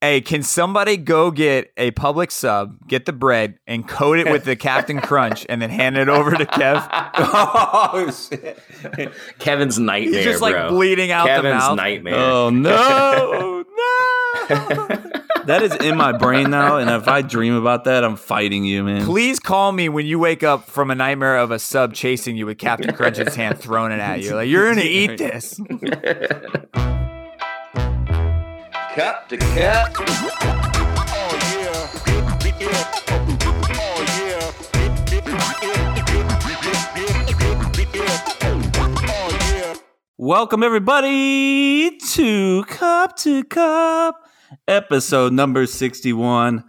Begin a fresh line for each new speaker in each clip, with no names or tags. Hey, can somebody go get a public sub, get the bread, and coat it with the Captain Crunch, and then hand it over to Kev?
oh shit!
Kevin's nightmare,
He's just like
bro.
bleeding out the
Kevin's
mouth. Oh,
nightmare.
Oh no, no! that is in my brain now, and if I dream about that, I'm fighting you, man.
Please call me when you wake up from a nightmare of a sub chasing you with Captain Crunch's hand thrown it at you. Like you're gonna eat this.
Cup to cup.
Welcome everybody to Cup to Cup, episode number 61.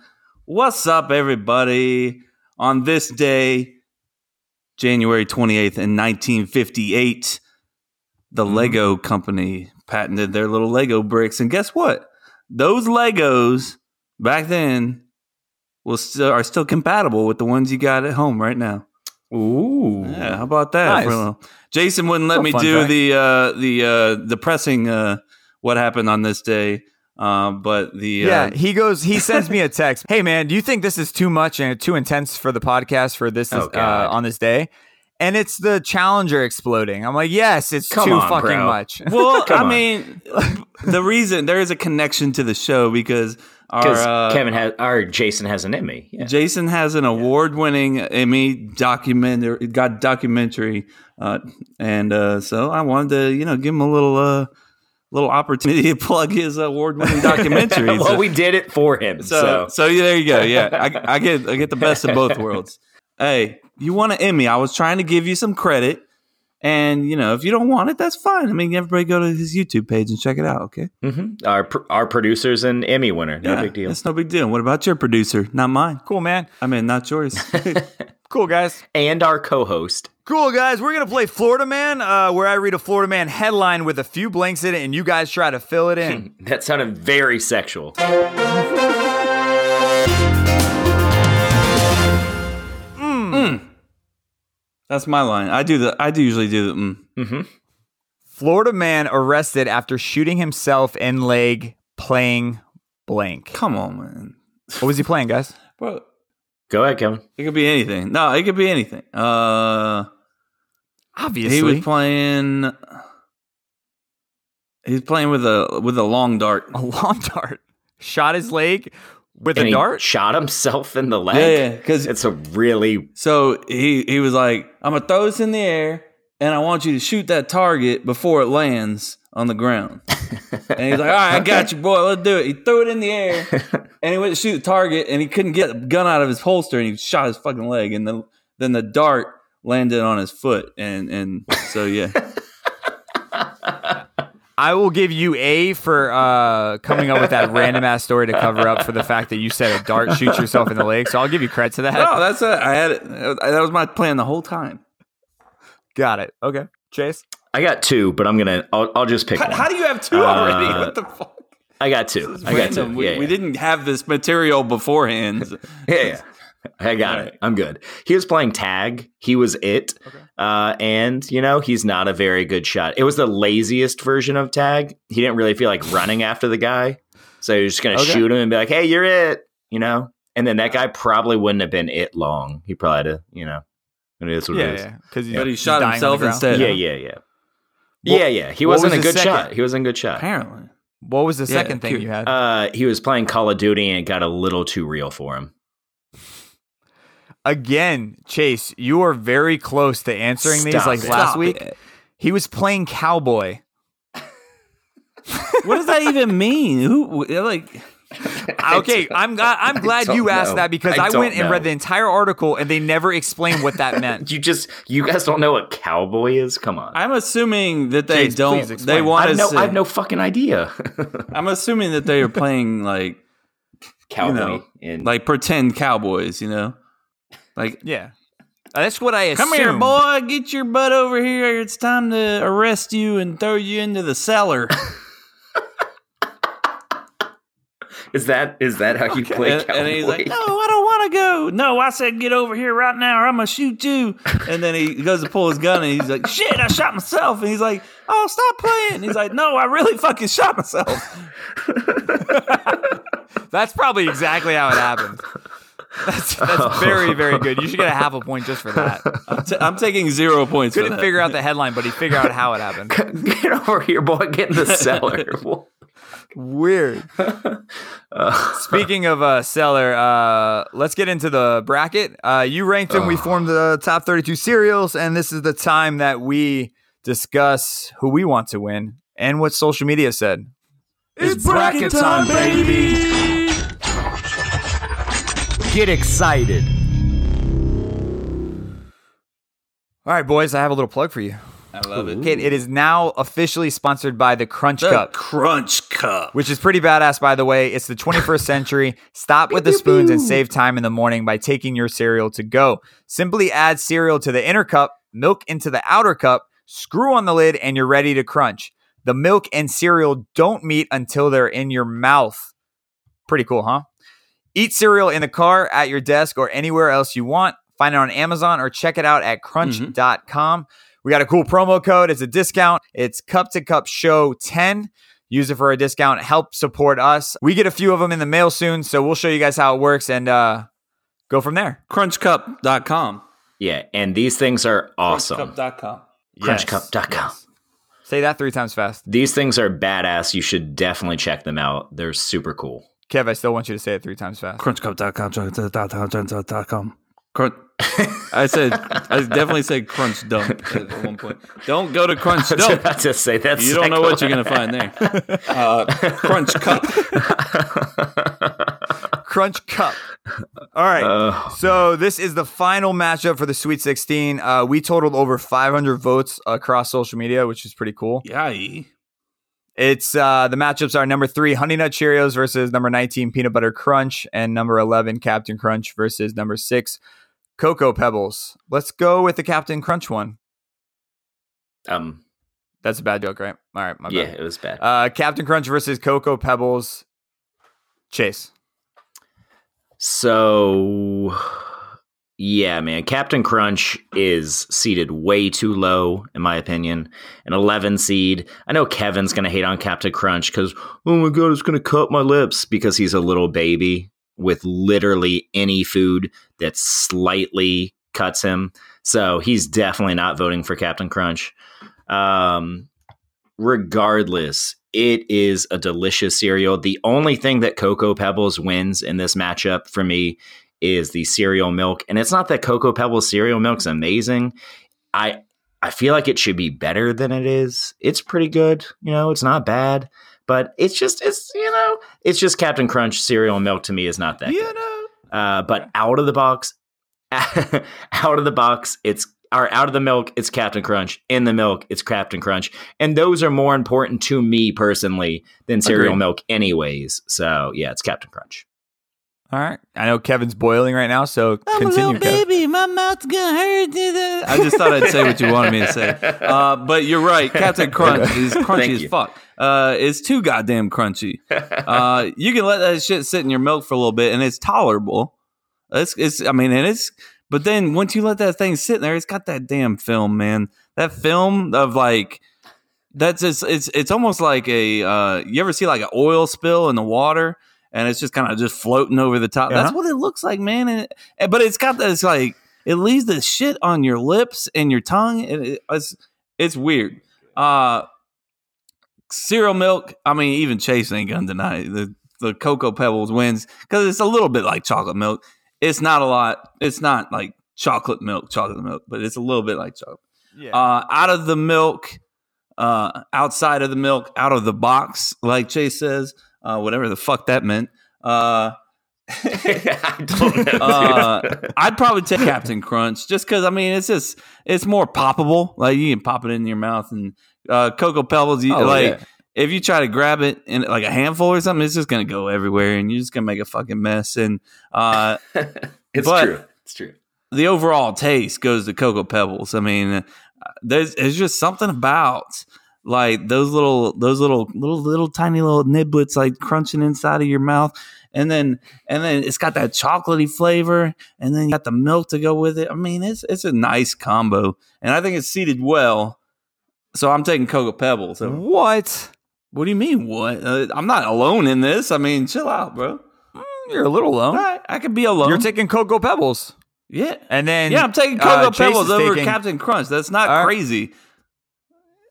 What's up everybody? On this day, January 28th in 1958, the Lego company patented their little Lego bricks and guess what? Those Legos back then will still are still compatible with the ones you got at home right now.
Ooh.
Yeah, how about that?
Nice.
for a little- Jason wouldn't let
Little
me
fun
do
fact.
the uh, the uh, the pressing. Uh, what happened on this day? Um, but the
Yeah,
uh,
he goes. He sends me a text. Hey, man, do you think this is too much and too intense for the podcast for this
Oh,
uh,
God.
on this day? And it's the Challenger exploding. I'm like, yes, it's
Come
too
on,
fucking
bro.
much.
well,
Come
I
on.
mean, the reason there is a connection to the show because our
Because
uh,
Kevin has, or Jason has an Emmy. Yeah.
Jason has an award-winning Emmy documentary, got documentary, uh, and uh, so I wanted to, you know, give him a little, uh, little opportunity to plug his award-winning documentary.
well,
So-
we did it for him.
So,
So,
so yeah, there you go. Yeah, I, I get I get the best of both worlds. Hey, you want an Emmy? I was trying to give you some credit, and you know if you don't want it, that's fine. I mean, everybody go to his YouTube page and check it out. Okay,
Mhm. our pr- our producer's an Emmy winner. No
Yeah,
big deal.
It's no big deal. What about your producer? Not mine.
cool, man.
I mean, not yours.
Cool, guys.
And our co-host.
Cool, guys. We're going to play Florida Man, uh, where I read a Florida Man headline with a few blanks in it, and you guys try to fill it in.
That sounded very sexual.
that's my line. I do the. I do usually do the. Mm.
Mm-hmm.
Florida Man arrested after shooting himself in leg playing blank.
Come on, man,
What was he playing, guys?
bro.
Go ahead, Kevin.
It could be anything. No, it could be anything. Uh.
Obviously.
He was playing. He's playing with a with a long dart.
a long dart. Shot his leg with
And
a
he
dart.
shot himself in the leg.
Yeah, yeah, 'cause-
it's a really
So he he was like, "I'm gonna throw this in the air, and I want you to shoot that target before it lands on the ground." and he's like, "All right, I got you, boy. Let's do it." He threw it in the air, and he went to shoot the target, and he couldn't get the gun out of his holster, and he shot his fucking leg, and then then the dart landed on his foot, and and so yeah,
I will give you A for uh, coming up with that random ass story to cover up for the fact that you said a dart shoots yourself in the leg. So I'll give you credit to that.
no, that's it. I had it. That was my plan the whole time.
Got it. Okay. Chase?
I got two, but I'm gonna. I'll, I'll just pick one.
do you have two
already? Uh, What
the fuck?
I got two. I got two.
We,
yeah,
we
yeah.
didn't have this material beforehand.
Yeah, yeah. I got it. I'm good. He was playing tag. He was it. Uh, and, you know, he's not a very good shot. It was the laziest version of tag. He didn't really feel like running after the guy. So he was just going to
Okay.
shoot him and be like, hey, you're it, you know? And then that guy probably wouldn't have been it long. He probably had to, you know, it is what it is.
Because
But he shot himself instead.
Yeah,
Yeah.
yeah, yeah. Yeah,
What-
yeah. He
what was
wasn't a
his
good
second?
shot. He wasn't a good shot.
Apparently.
What was the
Yeah,
second thing
cute.
you had?
Uh, he was playing Call of Duty and it got a little too real for him.
Again, Chase, you are very close to answering these
Stop
like
it.
last
Stop
week.
it.
He was playing cowboy.
What does that even mean? Who like
Okay, I'm gl- I'm glad
don't
you asked
know.
that because
I
I,
don't
went and
know.
read the entire article and they never explained what that meant.
You just, you guys don't know what cowboy is? Come on.
I'm assuming that they
Please,
don't
please
they
explain.
want
I've
to
no,
say,
I've no fucking idea.
I'm assuming that they are playing like
Cowboy
know,
and
like pretend cowboys, you know? Like
yeah, that's what I assumed.
Come here, boy. Get your butt over here. It's time to arrest you and throw you into the cellar.
is that is that how you play
and,
cowboy?
and he's like, "No, I don't want to go. No, I said get over here right now, or I'm gonna shoot you." And then he goes to pull his gun, and he's like, "Shit, I shot myself." And he's like, "Oh, stop playing." And he's like, "No, I really fucking shot myself."
That's probably exactly how it happened. That's, that's very, very good. You should get a half a point just for that.
I'm, t- I'm taking zero points for
Couldn't
that.
figure out the headline, but he figured out how it happened.
Get over here, boy. Get in the cellar.
Weird. Speaking of uh, seller, uh, let's get into the bracket. Uh, you ranked them. We formed the top 32 cereals, and this is the time that we discuss who we want to win and what social media said.
It's bracket time, baby.
Get excited.
All right, boys, I have a little plug for you.
I love it.
Kid, it is now officially sponsored by the Crunch
The
Cup.
Crunch Cup.
which is pretty badass, by the way. It's the 21st century. Stop with the spoons and save time in the morning by taking your cereal to go. Simply add cereal to the inner cup, milk into the outer cup, screw on the lid, and you're ready to crunch. The milk and cereal don't meet until they're in your mouth. Pretty cool, huh? Eat cereal in the car, at your desk, or anywhere else you want. Find it on Amazon or check it out at crunch.com. We got a cool promo code. It's a discount. It's cup to cup show 10. Use it for a discount. Help support us. We get a few of them in the mail soon, so we'll show you guys how it works and uh, go from there.
Crunchcup.com.
Yeah, and these things are awesome.
Crunchcup.com.
Crunchcup.com.
Say that three times fast.
These things are badass. You should definitely check them out. They're super cool.
Kev, I still want you to say it three times fast.
Crunchcup.com. Crunchcup.com. Crunchcup.com. Crunch. I said, I definitely said crunch dump at one point. Don't go to crunch
I was
dump.
about to say that's
You don't know what you're going to find there. Uh, crunch cup.
Crunch Cup. All right.
Uh,
So this is the final matchup for the Sweet 16. Uh, we totaled over 500 votes across social media, which is pretty cool.
Yay.
It's uh, the matchups are number three Honey Nut Cheerios versus number 19 Peanut Butter Crunch, and number 11 Captain Crunch versus number six Cocoa Pebbles. Let's go with the Captain Crunch one.
Um,
That's a bad joke, right? All right, my
yeah,
bad.
it was bad.
Uh, Captain Crunch versus Cocoa Pebbles. Chase.
So, yeah, man, Captain Crunch is seated way too low, in my opinion. An 11 seed. I know Kevin's going to hate on Captain Crunch because, oh my God, it's going to cut my lips because he's a little baby with literally any food that slightly cuts him. So he's definitely not voting for Captain Crunch. Um, regardless, it is a delicious cereal. The only thing that Cocoa Pebbles wins in this matchup for me is the cereal milk. And it's not that Cocoa Pebbles cereal milk's amazing. I I feel like it should be better than it is. It's pretty good, you know, it's not bad, but it's just it's you know, it's just Captain Crunch cereal milk to me is not that good.
You know.
Uh, but out of the box, out of the box, it's or out of the milk, it's Captain Crunch. In the milk, it's Captain Crunch. And those are more important to me personally than cereal
Agreed.
milk, anyways. So yeah, it's Captain Crunch.
All right. I know Kevin's boiling right now, so continue, Kev.
My mouth's gonna hurt. I just thought I'd say what you wanted me to say. Uh, but you're right. Captain Crunch is
Thank
crunchy as
you.
fuck. Uh, it's too goddamn crunchy. Uh, you can let that shit sit in your milk for a little bit, and it's tolerable. It's, it's. I mean, and it's. But then once you let that thing sit there, it's got that damn film, man. That film of like. That's just, it's it's almost like a uh, you ever see like an oil spill in the water and it's just kind of just floating over the top. That's
Uh-huh.
what it looks like, man. And and- Eh, but it's got this like it leaves the shit on your lips and your tongue. and it- it's it's weird. Uh, cereal milk. I mean, even Chase ain't gonna deny it. the the cocoa pebbles wins because it's a little bit like chocolate milk. It's not a lot. It's not like chocolate milk, chocolate milk, but it's a little bit like chocolate. Uh, out of the milk, uh, outside of the milk, out of the box, like Chase says, uh, whatever the fuck that meant. Uh,
I don't know.
uh, I'd probably take Captain Crunch just because I mean it's just it's more poppable. Like you can pop it in your mouth and uh, Cocoa Pebbles. You,
Oh,
like
yeah.
if you try to grab it in like a handful or something, it's just gonna go everywhere and you're just gonna make a fucking mess. And uh,
it's
but-
true. It's true.
the overall taste goes to Cocoa Pebbles. I mean, uh, there's there's just something about like those little those little little little tiny little niblets like crunching inside of your mouth, and then and then it's got that chocolatey flavor, and then you got the milk to go with it. I mean, it's it's a nice combo, and I think it's seated well. So I'm taking Cocoa Pebbles. So
What?
what do you mean? What? Uh, I'm not alone in this. I mean, chill out, bro.
You're a little
All
alone.
right, I could be alone.
You're taking Cocoa Pebbles,
yeah.
and then
yeah, I'm taking
uh,
Cocoa
Chase
Pebbles
is
over
taking-
Captain Crunch. That's not
All right.
crazy.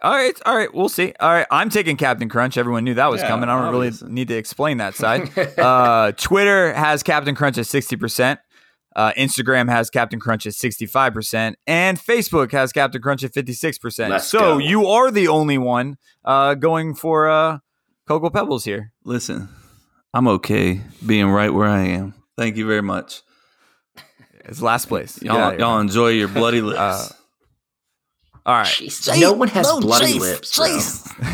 All right, all right, we'll see. All right, I'm taking Captain Crunch. Everyone knew that was
Yeah,
coming. I don't
obviously.
really need to explain that side. uh, Twitter has Captain Crunch at 60%. Uh, Instagram has Captain Crunch at 65%. And Facebook has Captain Crunch at 56%.
Let's
so
go.
you are the only one uh, going for uh, Cocoa Pebbles here.
Listen, I'm okay being right where I am. Thank you very much.
It's last place. Get out
Y'all,
of here.
y'all enjoy your bloody lips.
Uh, all right.
Jesus, no one has bloody lips. bro.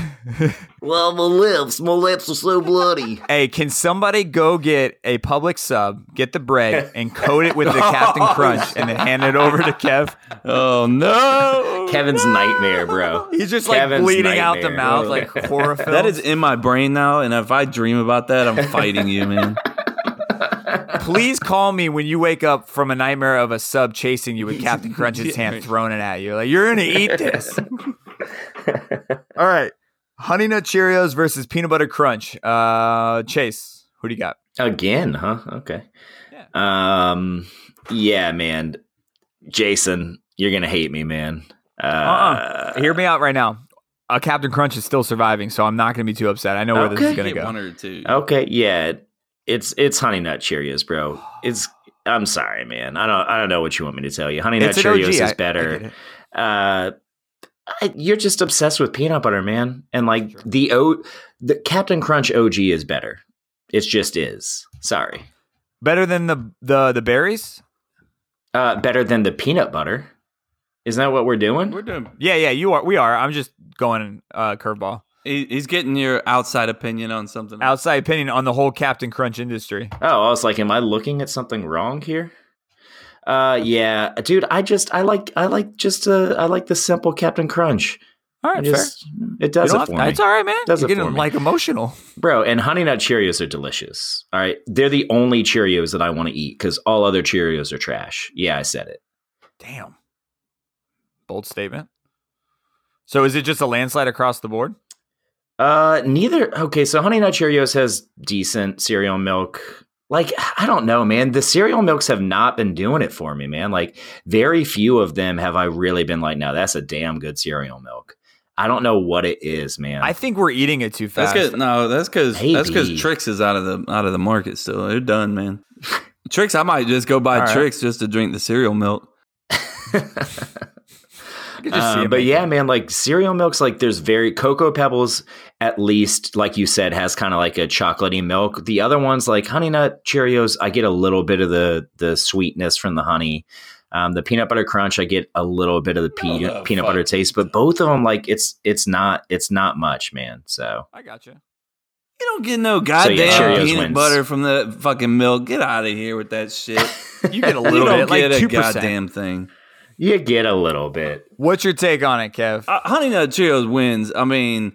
Well, my lips, my lips are so bloody.
Hey, can somebody go get a public sub, get the bread, and coat it with the Captain Crunch, and then hand it over to Kev?
oh no,
Kevin's nightmare, bro.
He's just like
Kevin's
bleeding out the
nightmare.
mouth, like chlorophyll.
that is in my brain now, and if I dream about that, I'm fighting you, man.
Please call me when you wake up from a nightmare of a sub chasing you with Captain Crunch's
Yeah.
hand thrown it at you. Like you're gonna eat this. All right, Honey Nut Cheerios versus Peanut Butter Crunch. Uh, Chase, who do you got?
Again, huh? Okay. Um, yeah, man. Jason, you're gonna hate me, man. Uh,
Uh-uh. Hear me out right now. Uh, Captain Crunch is still surviving, so I'm not gonna be too upset. I know where this
Okay.
is gonna
Get
go. Oh.
one or two.
Okay, yeah, it's it's Honey Nut Cheerios, bro. It's I'm sorry, man. I don't I don't know what you want me to tell you. Honey Nut
an
Cheerios
I- I
is
get
better.
it.
uh, I- you're just obsessed with peanut butter, man. And like
Sure.
the O, the Captain Crunch OG is better. It just is. Sorry.
Better than the the the berries?
Uh, better than the peanut butter. Isn't that what we're doing?
We're doing.
Yeah, yeah, you are. We are. I'm just going uh, curveball.
he- He's getting your outside opinion on something.
Outside opinion on the whole Captain Crunch industry.
Oh, I was like, am I looking at something wrong here? Uh, yeah, dude. I just I like I like just uh I like the simple Captain Crunch.
All
It
right, Oh, fair.
just it does
You
it
don't
for
have-
me,
It's all right, man.
Does
You're
it for
getting
me.
like emotional.
bro. And Honey Nut Cheerios are delicious. All right, they're the only Cheerios that I want to eat because all other Cheerios are trash. Yeah, I said it.
Damn. Bold statement. So is it just a landslide across the board?
Uh, neither. Okay, so Honey Nut Cheerios has decent cereal milk. Like I don't know, man. The cereal milks have not been doing it for me, man. Like very few of them have I really been like, no, that's a damn good cereal milk. I don't know what it is, man.
I think we're eating it too
That's
fast.
good. No, that's because that's because
Maybe.
Trix is out of the out of the market still. They're done, man. Trix, I might just go buy
All right.
Trix just to drink the cereal milk.
I could just
Um,
see
Uh,
it
but
making-
yeah, man, like cereal milks, like there's very cocoa pebbles. At least, like you said, has kind of like a chocolatey milk. The other ones, like Honey Nut Cheerios, I get a little bit of the the sweetness from the honey. Um, the peanut butter crunch, I get a little bit of the pe-
No, no,
peanut
fuck.
butter taste. But both of them, like it's it's not it's not much, man. So
I got you.
You don't get no
So,
goddamn
yeah, Cheerios
peanut
wins.
butter from that fucking milk. Get out of here with that shit.
You get a
you
little
don't
bit, like
get
two
a
percent.
goddamn thing.
you get a little bit.
What's your take on it, Kev?
Uh, Honey Nut Cheerios wins. I mean,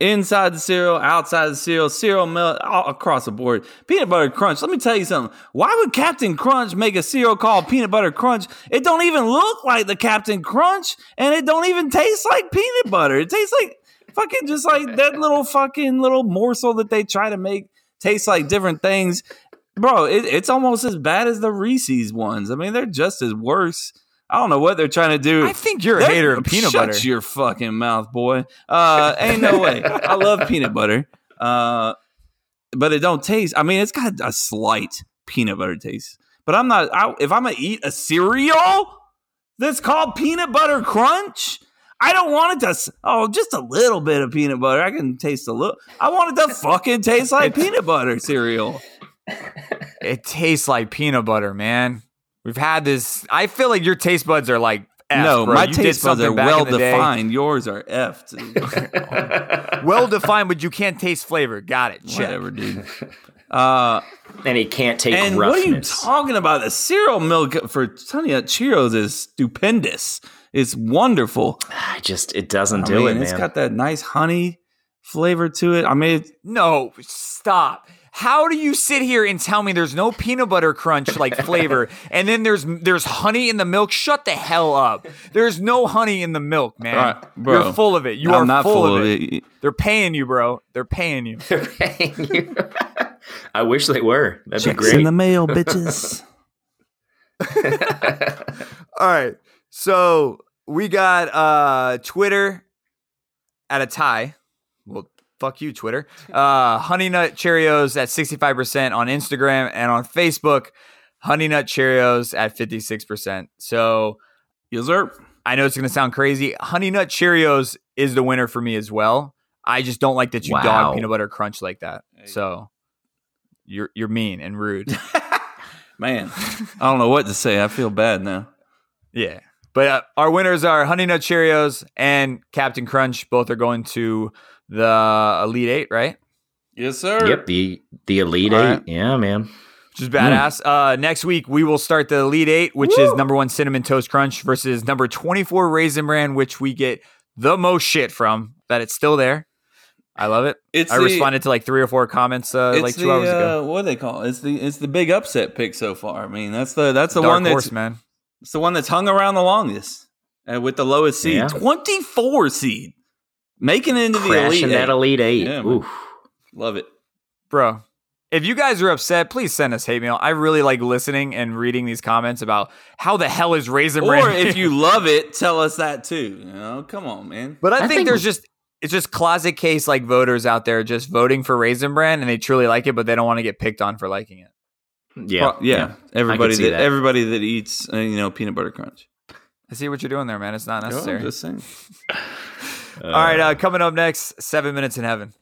inside the cereal, outside the cereal, cereal milk, all across the board. Peanut Butter Crunch. Let me tell you something. Why would Captain Crunch make a cereal called Peanut Butter Crunch? It don't even look like the Captain Crunch, and it don't even taste like peanut butter. It tastes like fucking just like that little fucking little morsel that they try to make taste like different things. Bro, it, it's almost as bad as the Reese's ones. I mean, they're just as worse. I don't know what they're trying to do.
I think you're a
That-
hater of peanut
shut
butter.
your fucking mouth, boy. Uh, ain't no way. I love peanut butter, uh, but it don't taste. I mean, it's got a slight peanut butter taste. But I'm not. I, if I'm gonna eat a cereal that's called peanut butter crunch, I don't want it to. s- Oh, just a little bit of peanut butter. I can taste a little. I want it to fucking taste like peanut butter cereal.
It tastes like peanut butter, man. We've had this. I feel like your taste buds are like F,
no,
bro.
my
You did
taste buds are
something back in
well
the day.
defined. Yours are effed.
Well defined, but you can't taste flavor. Got it. Check.
Whatever, dude. Uh,
and it can't take
And
roughness.
what are you talking about? The cereal milk for Honey Nut Cheerios is stupendous. It's wonderful.
I just it doesn't
I
do
mean,
it,
It's
man.
got that nice honey flavor to it. I mean, it-
No, stop. How do you sit here and tell me there's no peanut butter crunch like flavor, and then there's there's honey in the milk? Shut the hell up. There's no honey in the milk, man.
All right, bro.
You're full of it. You
I'm
are
not
full, of it. They're paying you, bro. They're paying you.
They're paying you. I wish they were. That'd
Checks
be
in
great.
the mail, bitches.
All right. So we got uh Twitter at a tie. Well, fuck you, Twitter. Uh Honey Nut Cheerios at 65% on Instagram and on Facebook, Honey Nut Cheerios at 56%. So
yes, sir.
I know it's gonna sound crazy. Honey Nut Cheerios is the winner for me as well. I just don't like that you
Wow.
dog peanut butter crunch like that.
Hey.
So you're you're mean and rude.
Man, I don't know what to say. I feel bad now.
Yeah. But uh, our winners are Honey Nut Cheerios and Captain Crunch. Both are going to the Elite Eight, right?
Yes, sir.
yep, the the Elite
All
Eight.
right.
Yeah, man.
Which
Mm.
is badass. Uh, next week, we will start the Elite Eight, which is number one Cinnamon Toast Crunch versus number 24 Raisin Bran, which we get the most shit from that it's still there. I love it.
It's
I
the-
responded to like three or four comments uh,
It's
like two
the,
hours ago.
Uh, what do they call it? It's the it's the big upset pick so far. I mean, that's the that's the
Dark
one that's
horse, man.
it's the one that's hung around the longest uh, with the lowest seed,
Yeah.
twenty four seed, making it into the elite.
Crashing that
Eight.
Elite Eight.
Yeah, man.
Oof.
Love it.
bro if you guys are upset please send us hate mail i really like listening and reading these comments about how the hell is raisin
Or
Bran
if
here?
you love it, tell us that too. You know, come on, man.
but i,
I
think,
think-
there's just it's just closet case like voters out there just voting for raisin Bran and they truly like it but they don't want to get picked on for liking it
Yeah,
Pro- yeah. Everybody
see
that,
that.
everybody that eats, uh, you know, peanut butter crunch.
i see what you're doing there man it's not necessary
I'm just saying.
all right uh, coming up next seven minutes in heaven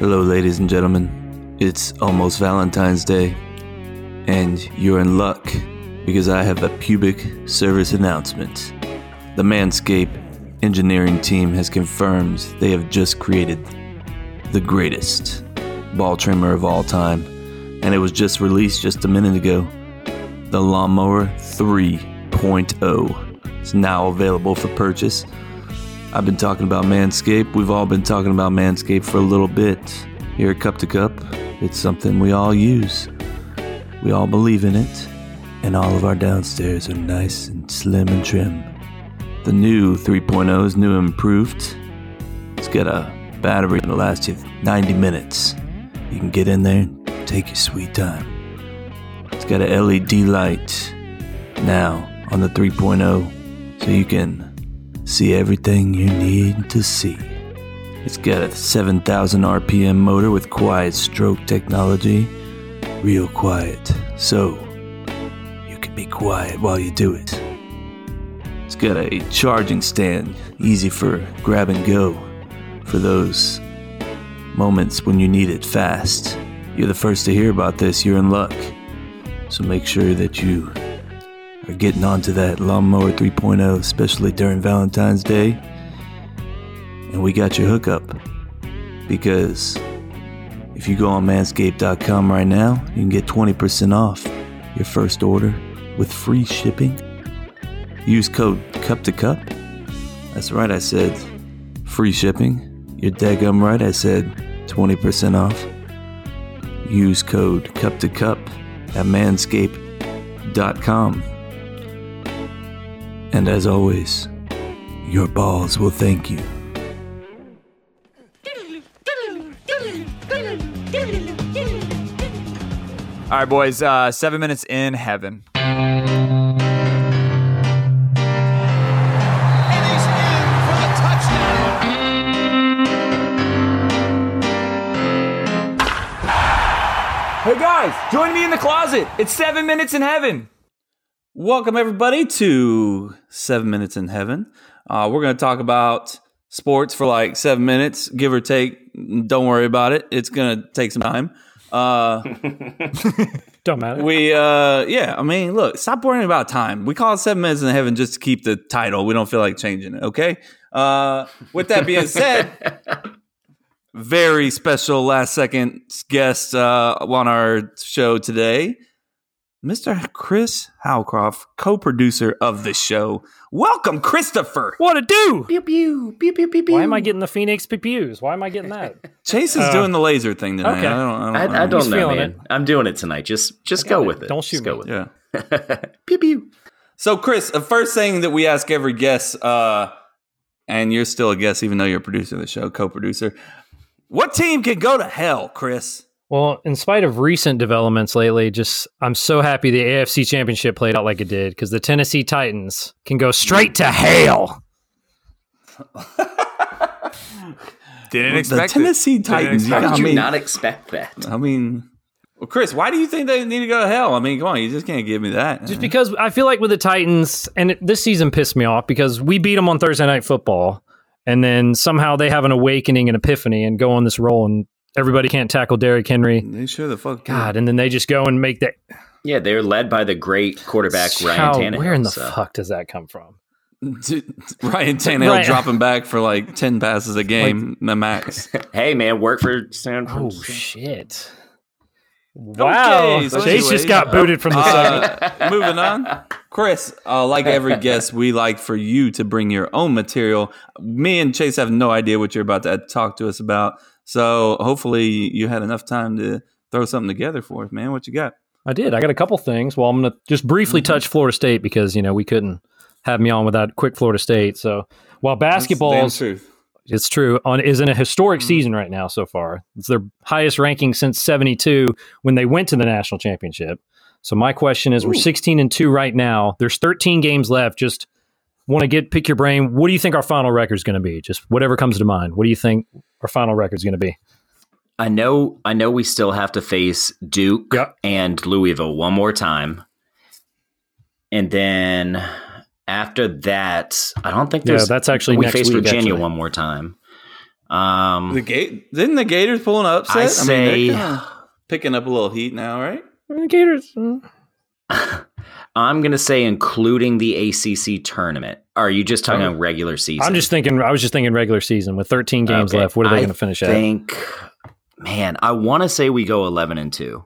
Hello, ladies and gentlemen. It's almost Valentine's Day, and you're in luck because I have a pubic service announcement. The Manscaped engineering team has confirmed they have just created the greatest ball trimmer of all time, and it was just released just a minute ago. The Lawnmower 3.0 is now available for purchase. I've been talking about Manscaped. We've all been talking about Manscaped for a little bit. Here at Cup to Cup, it's something we all use. We all believe in it, and all of our downstairs are nice and slim and trim. The new 3.0 is new and improved. It's got a battery that'll last you 90 minutes. You can get in there and take your sweet time. It's got a LED light now on the 3.0, so you can See everything you need to see. It's got a 7,000 RPM motor with quiet stroke technology. Real quiet. So, you can be quiet while you do it. It's got a charging stand, easy for grab and go, for those moments when you need it fast. You're the first to hear about this, you're in luck. So make sure that you are getting onto that lawnmower 3.0, especially during Valentine's Day. And we got your hookup because if you go on manscaped.com right now, you can get 20% off your first order with free shipping. Use code cup to cup. That's right, I said free shipping. You're daggum right, I said 20% off. Use code cup to cup at manscaped.com com. And as always, your balls will thank you.
all right boys uh, seven minutes in heaven Hey guys, join me in the closet. It's seven minutes in heaven.
Welcome, everybody, to Seven Minutes in Heaven. Uh, we're going to talk about sports for like seven minutes, give or take. Don't worry about it, it's going to take some time. Uh,
Don't matter.
we, uh, yeah, I mean, look, stop worrying about time. We call it Seven Minutes in Heaven just to keep the title. We don't feel like changing it, okay? Uh, with that being said, very special last second guest uh, on our show today, Mr. Chris Howcroft, co producer of the show. Welcome, Christopher.
what a do? Pew pew pew pew pew pew. Why am I getting the Phoenix pew pews? Why am I getting that?
Chase is
Uh,
doing the laser thing tonight.
okay.
I don't, I don't,
I, I don't
He's
know,
feeling
man.
it.
I'm doing it tonight. Just just go with it.
Don't shoot
Just go
me.
with it.
Yeah.
pew pew.
So, Chris, the first thing that we ask every guest uh, and you're still a guest, even though you're a producer of the show, co-producer. What team could go to hell, Chris?
Well, in spite of recent developments lately, just I'm so happy the AFC Championship played out like it did because the Tennessee Titans can go straight to hell.
Didn't
the
expect
Tennessee
it. Didn't
Titans.
expect
How
I
did you
mean-
not expect that?
I mean, well, Chris, why do you think they need to go to hell? I mean, come on, you just can't give me that.
Just because I feel like with the Titans, and it, this season pissed me off because we beat them on Thursday Night Football, and then somehow they have an awakening and epiphany and go on this roll, and everybody can't tackle Derrick Henry.
they sure the fuck did.
God, and then they just go and make that.
Yeah, they're led by the great quarterback Ryan
How-
Tannehill.
Where in the
so.
fuck does that come from?
Dude, Ryan Tannehill
Right.
dropping back for like ten passes a game, the max.
Hey, man, work for San
Oh
Francisco.
shit! Wow,
so
Chase
anyway,
just got
uh,
booted from the segment.
Uh, moving on, Chris. Uh, like every guest, we like for you to bring your own material. Me and Chase have no idea what you're about to talk to us about, so hopefully you had enough time to throw something together for us, man. What you got?
I did. I got a couple things. Well, I'm going to just briefly
Mm-hmm.
touch Florida State because, you know, we couldn't have me on without quick Florida State. So while
That's
basketball's,
the damn truth.
it's true, on, is in a historic
Mm-hmm.
season right now so far. It's their highest ranking since 72 when they went to the national championship. So my question is we're 16 and 2 right now. There's 13 games left. Just want to get pick your brain. What do you think our final record's going to be? Just whatever comes to mind. What do you think our final record's going to be?
I know I know we still have to face Duke
Yeah.
and Louisville one more time. And then after that, I don't think
Yeah,
there's
that's actually
we
next
face
week,
Virginia
actually.
one more time.
The
Um
gate didn't the Gators pull an upset?
I
they're
say-
kinda picking up a little heat now, right?
Uh, Gators.
I'm gonna say including the ACC tournament. Are you just talking
Oh.
about regular season?
I'm just thinking. I was just thinking regular season with 13 games
Okay.
left. What are they
I
going to finish at?
think man, I wanna say we go eleven and two.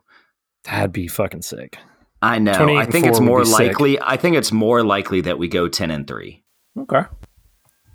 That'd be fucking sick.
I know.
28
I
and
think it's
four would
more
be sick.
likely. I think it's more likely that we go ten and three.
Okay.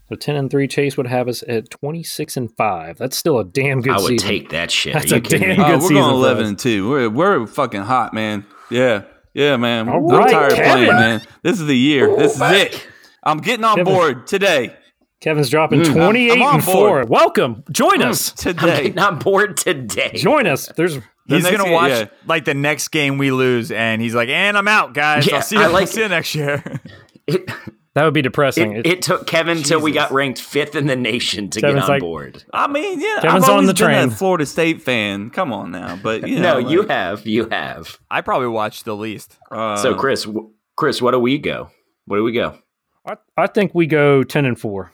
So ten and three, Chase would have us at twenty six and five. That's still a damn good
I would
season.
take that shit.
That's
Are you
a
kidding
damn
me?
good
Oh, we're
season.
going
for
eleven
us.
and two. We're we're fucking hot, man. Yeah, yeah, man.
All
I'm
right,
tired of playing,
Kevin.
man. This is the year. This is it. I'm getting on
Kevin.
board today.
Kevin's dropping
Mm.
twenty
I'm
eight
on
and four.
board.
Welcome, join us.
I'm
Today.
getting on board today.
Join us. There's
He's
next
gonna
game-
watch
yeah.
like the next game we lose, and he's like, "And I'm out, guys.
Yeah,
I'll see you.
I
I'll
like
see you next year."
It,
that would be depressing.
it, it took Kevin till we got ranked fifth in the nation to
Kevin's
get on
like-
board.
I mean, yeah. I've
Kevin's on
always
the
Been
train.
a Florida State fan. Come on now, but you
no,
know,
you
like,
have, you have.
I probably watched the least.
uh,
so Chris, w- Chris, what do we go? What do we go?
I, I think we go ten and four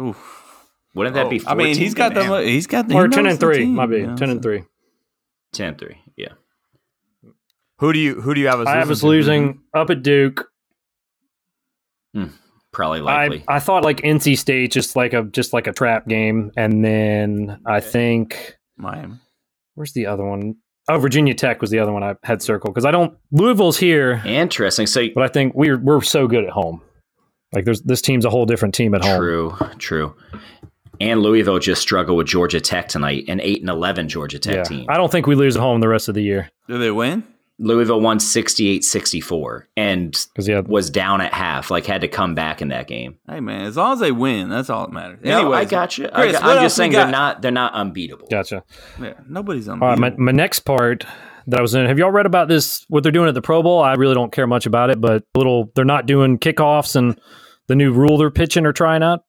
oof.
Wouldn't that be?
I
14?
mean, he's got the
man.
mo- he's got the,
or
he
ten
knows
and
the
three.
team,
might be
you know,
ten and
so.
three.
ten three. Yeah,
Who do you who do you have us?
I have
losing
us
to?
losing up at Duke.
probably likely.
I, I thought like NC State just like a just like a trap game, and then I think
Miami.
where's the other one? Oh, Virginia Tech was the other one I had circled because I don't Louisville's here,
Interesting. So
but I think we're we're so good at home. Like there's this team's a whole different team at home.
true, true. And Louisville just struggled with Georgia Tech tonight, an eight and eleven Georgia Tech
Yeah.
team.
I don't think we lose at home the rest of the year
Do they win?
Louisville won 68-64 and
because yeah,
was down at half, like had to come back in that game.
Hey man, as long as they win, that's all that matters.
no, I
Anyways,
got you. I
Chris,
got,
what
I'm
else
just
we
saying
got?
they're not they're not unbeatable.
gotcha.
Yeah, nobody's on.
All right, my, my next part that I was in. Have y'all read about this? What they're doing at the Pro Bowl? I really don't care much about it, but little they're not doing kickoffs and the new rule they're pitching or trying out.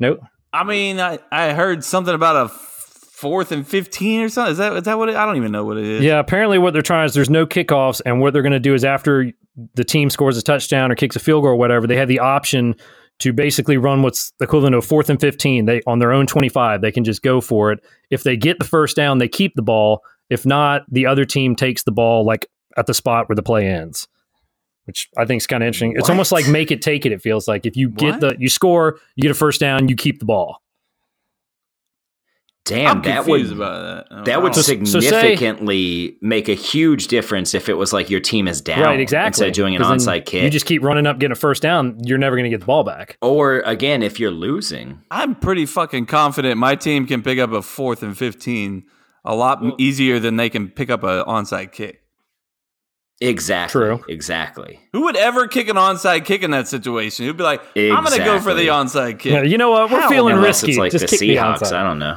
Nope.
I mean, I, I heard something about a f- fourth and fifteen or something. Is that is that what it, I don't even know what it is.
Yeah, apparently what they're trying is there's no kickoffs, and what they're going to do is after the team scores a touchdown or kicks a field goal or whatever, they have the option to basically run what's the equivalent of a fourth and fifteen. They on their own twenty five, they can just go for it. If they get the first down, they keep the ball. If not, the other team takes the ball like at the spot where the play ends, which I think is kind of interesting. It's almost
What?
like make it take it. It feels like if you get
What?
the you score, you get a first down, you keep the ball.
Damn,
I'm
that
confused
would
about that.
that would
So- so say-
significantly make a huge difference if it was like your team is down,
right, exactly.
Instead of doing an
'Cause then
onside kick,
you just keep running up, getting a first down. You're never going to get the ball back.
or again if you're losing,
I'm pretty fucking confident my team can pick up a fourth and fifteen a lot easier than they can pick up an onside kick.
Exactly.
True.
Exactly.
Who would ever kick an onside kick in that situation? Who'd be like, I'm going to go for the
Exactly.
onside kick.
Yeah, you know what? We're
Hell,
feeling
unless
risky.
It's like
Just
the
kick me
Seahawks.
outside.
I don't know.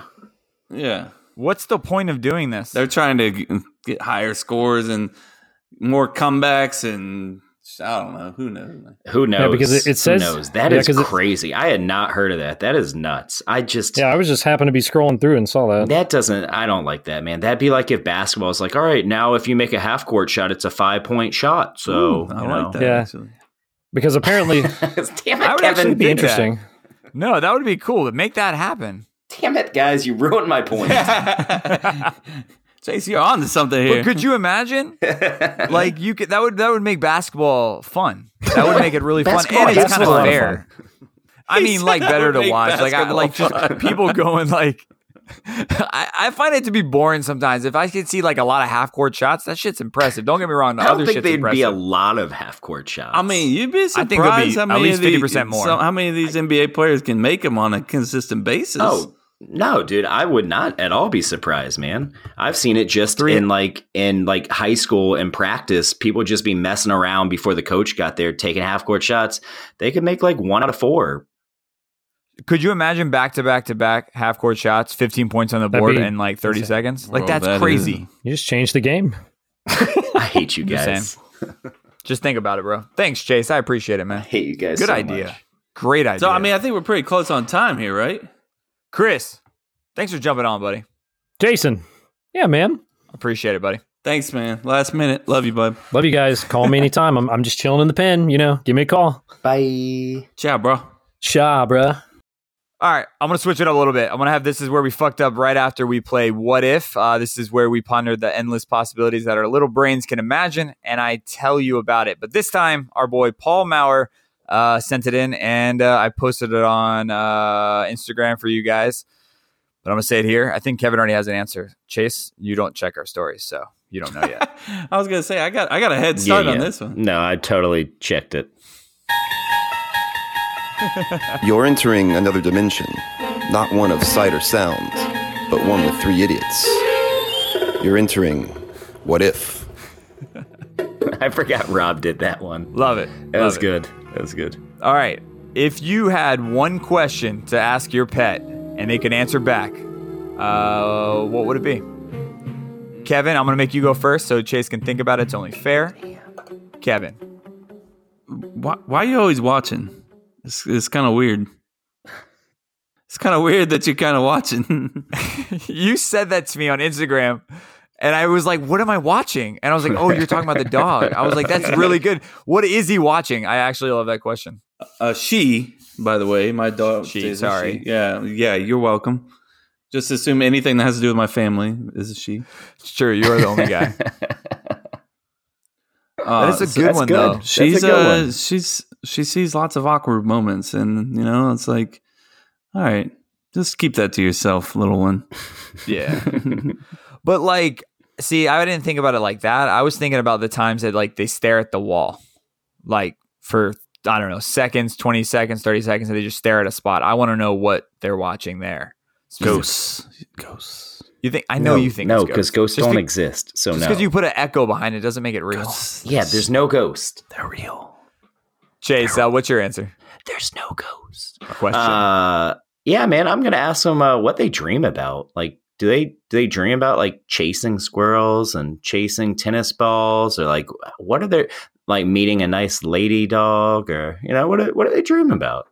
yeah.
What's the point of doing this?
They're trying to g- get higher scores and more comebacks and I don't know. Who knows?
Who knows?
because it- it
Who
says-
knows? That
yeah,
is
'cause it-
crazy. I had not heard of that. That is nuts. I just
Yeah, I was just happened to be scrolling through and saw that.
that doesn't. I don't like that, man. That'd be like if basketball is like, all right, now if you make a half court shot, it's a five point shot. So
Ooh, I
you
like
know.
that.
Yeah.
Actually.
Because apparently,
Damn
I
it,
would
Kevin.
actually
it'd be
dig
interesting.
No, that would be cool. Make that happen.
Damn it, guys. You ruined my point.
Chase, you're on to something here.
But could you imagine? like you could that would that would make basketball fun. That would make it really fun,
Basketball
and
is
it's kind
a lot
of
of
fair. I mean, like
that
better
would
to
make
watch. Like I
basketball
like just people going like. I, I find it to be boring sometimes. If I could see like a lot of half court shots, that shit's impressive. Don't get me wrong. The
I don't
other
think
shit's
there'd
impressive.
be a lot of half court shots.
I mean, you'd be surprised
think it'll be
how
at
many
least
of the-
50% more.
so- how many of these NBA players can make them on a consistent basis?
Oh no, dude! I would not at all be surprised, man. I've seen it just in like in like high school and practice. People just be messing around before the coach got there, taking half court shots. They could make like one out of four.
Could you imagine back to back to back half court shots, fifteen points on the
That'd
board
be
in like thirty
insane.
seconds? Like
Bro,
that's
that
crazy.
is-
You just changed the game.
I hate you
Just
guys.
Just think about it, bro. Thanks, Chase. I appreciate it,
I
man.
hate you guys.
Good
so
idea.
much.
Great idea.
so I mean, I think we're pretty close on time here, right?
Chris, thanks for jumping on, buddy.
Jason. Yeah, man.
Appreciate it, buddy.
Thanks, man. Last minute. Love you, bud.
Love you guys. Call me anytime. I'm, I'm just chilling in the pen. You know, give me a call.
Bye.
Ciao, bro.
Sha, bruh.
All right, I'm gonna switch it up a little bit. I'm gonna have this is where we fucked up right after we play What If. Uh, this is where we ponder the endless possibilities that our little brains can imagine, and I tell you about it. But this time, our boy Paul Maurer uh, sent it in, and uh, I posted it on uh, Instagram for you guys. But I'm gonna say it here. I think Kevin already has an answer. Chase, you don't check our stories, so you don't know yet.
I was gonna say I got I got a head start
Yeah,
on
yeah.
this one.
No, I totally checked it.
You're entering another dimension, not one of sight or sound, but one with three idiots. You're entering what if?
I forgot Rob did that one.
Love it.
That
Love
was
it.
good. That was good.
All right. If you had one question to ask your pet and they could answer back, uh, what would it be? Kevin, I'm going to make you go first so Chase can think about it. It's only fair. Kevin,
Why, why are you always watching? It's, it's kind of weird. It's kind of weird that you're kind of watching.
you said that to me on Instagram. And I was like, what am I watching? And I was like, oh, you're talking about the dog. I was like, that's really good. What is he watching? I actually love that question.
uh, she, by the way, my dog.
She,
is a
sorry.
she. Yeah, yeah. You're welcome. Just assume anything that has to do with my family is a she.
Sure, you are the only guy.
Uh,
That is a good
that's
one,
good.
though.
That's a
she's
good
uh
one.
she's she sees lots of awkward moments and you know it's like all right just keep that to yourself little one
Yeah. but like, see, I didn't think about it like that. I was thinking about the times that like they stare at the wall, like for I don't know seconds, twenty seconds, thirty seconds, and they just stare at a spot. I want to know what they're watching there.
ghosts ghosts
You think I know
No,
you think
no,
it's
because ghosts
Just
don't
be-
exist. So
Just
no.
because you put an echo behind it doesn't make it real.
ghosts
yeah, there's no ghost.
they're real
Chase, uh, what's your answer?
There's no ghost.
Question.
Uh, yeah, man, I'm gonna ask them uh, what they dream about. Like, do they do they dream about like chasing squirrels and chasing tennis balls, or like what are they like meeting a nice lady dog, or you know what do- what do they dream about?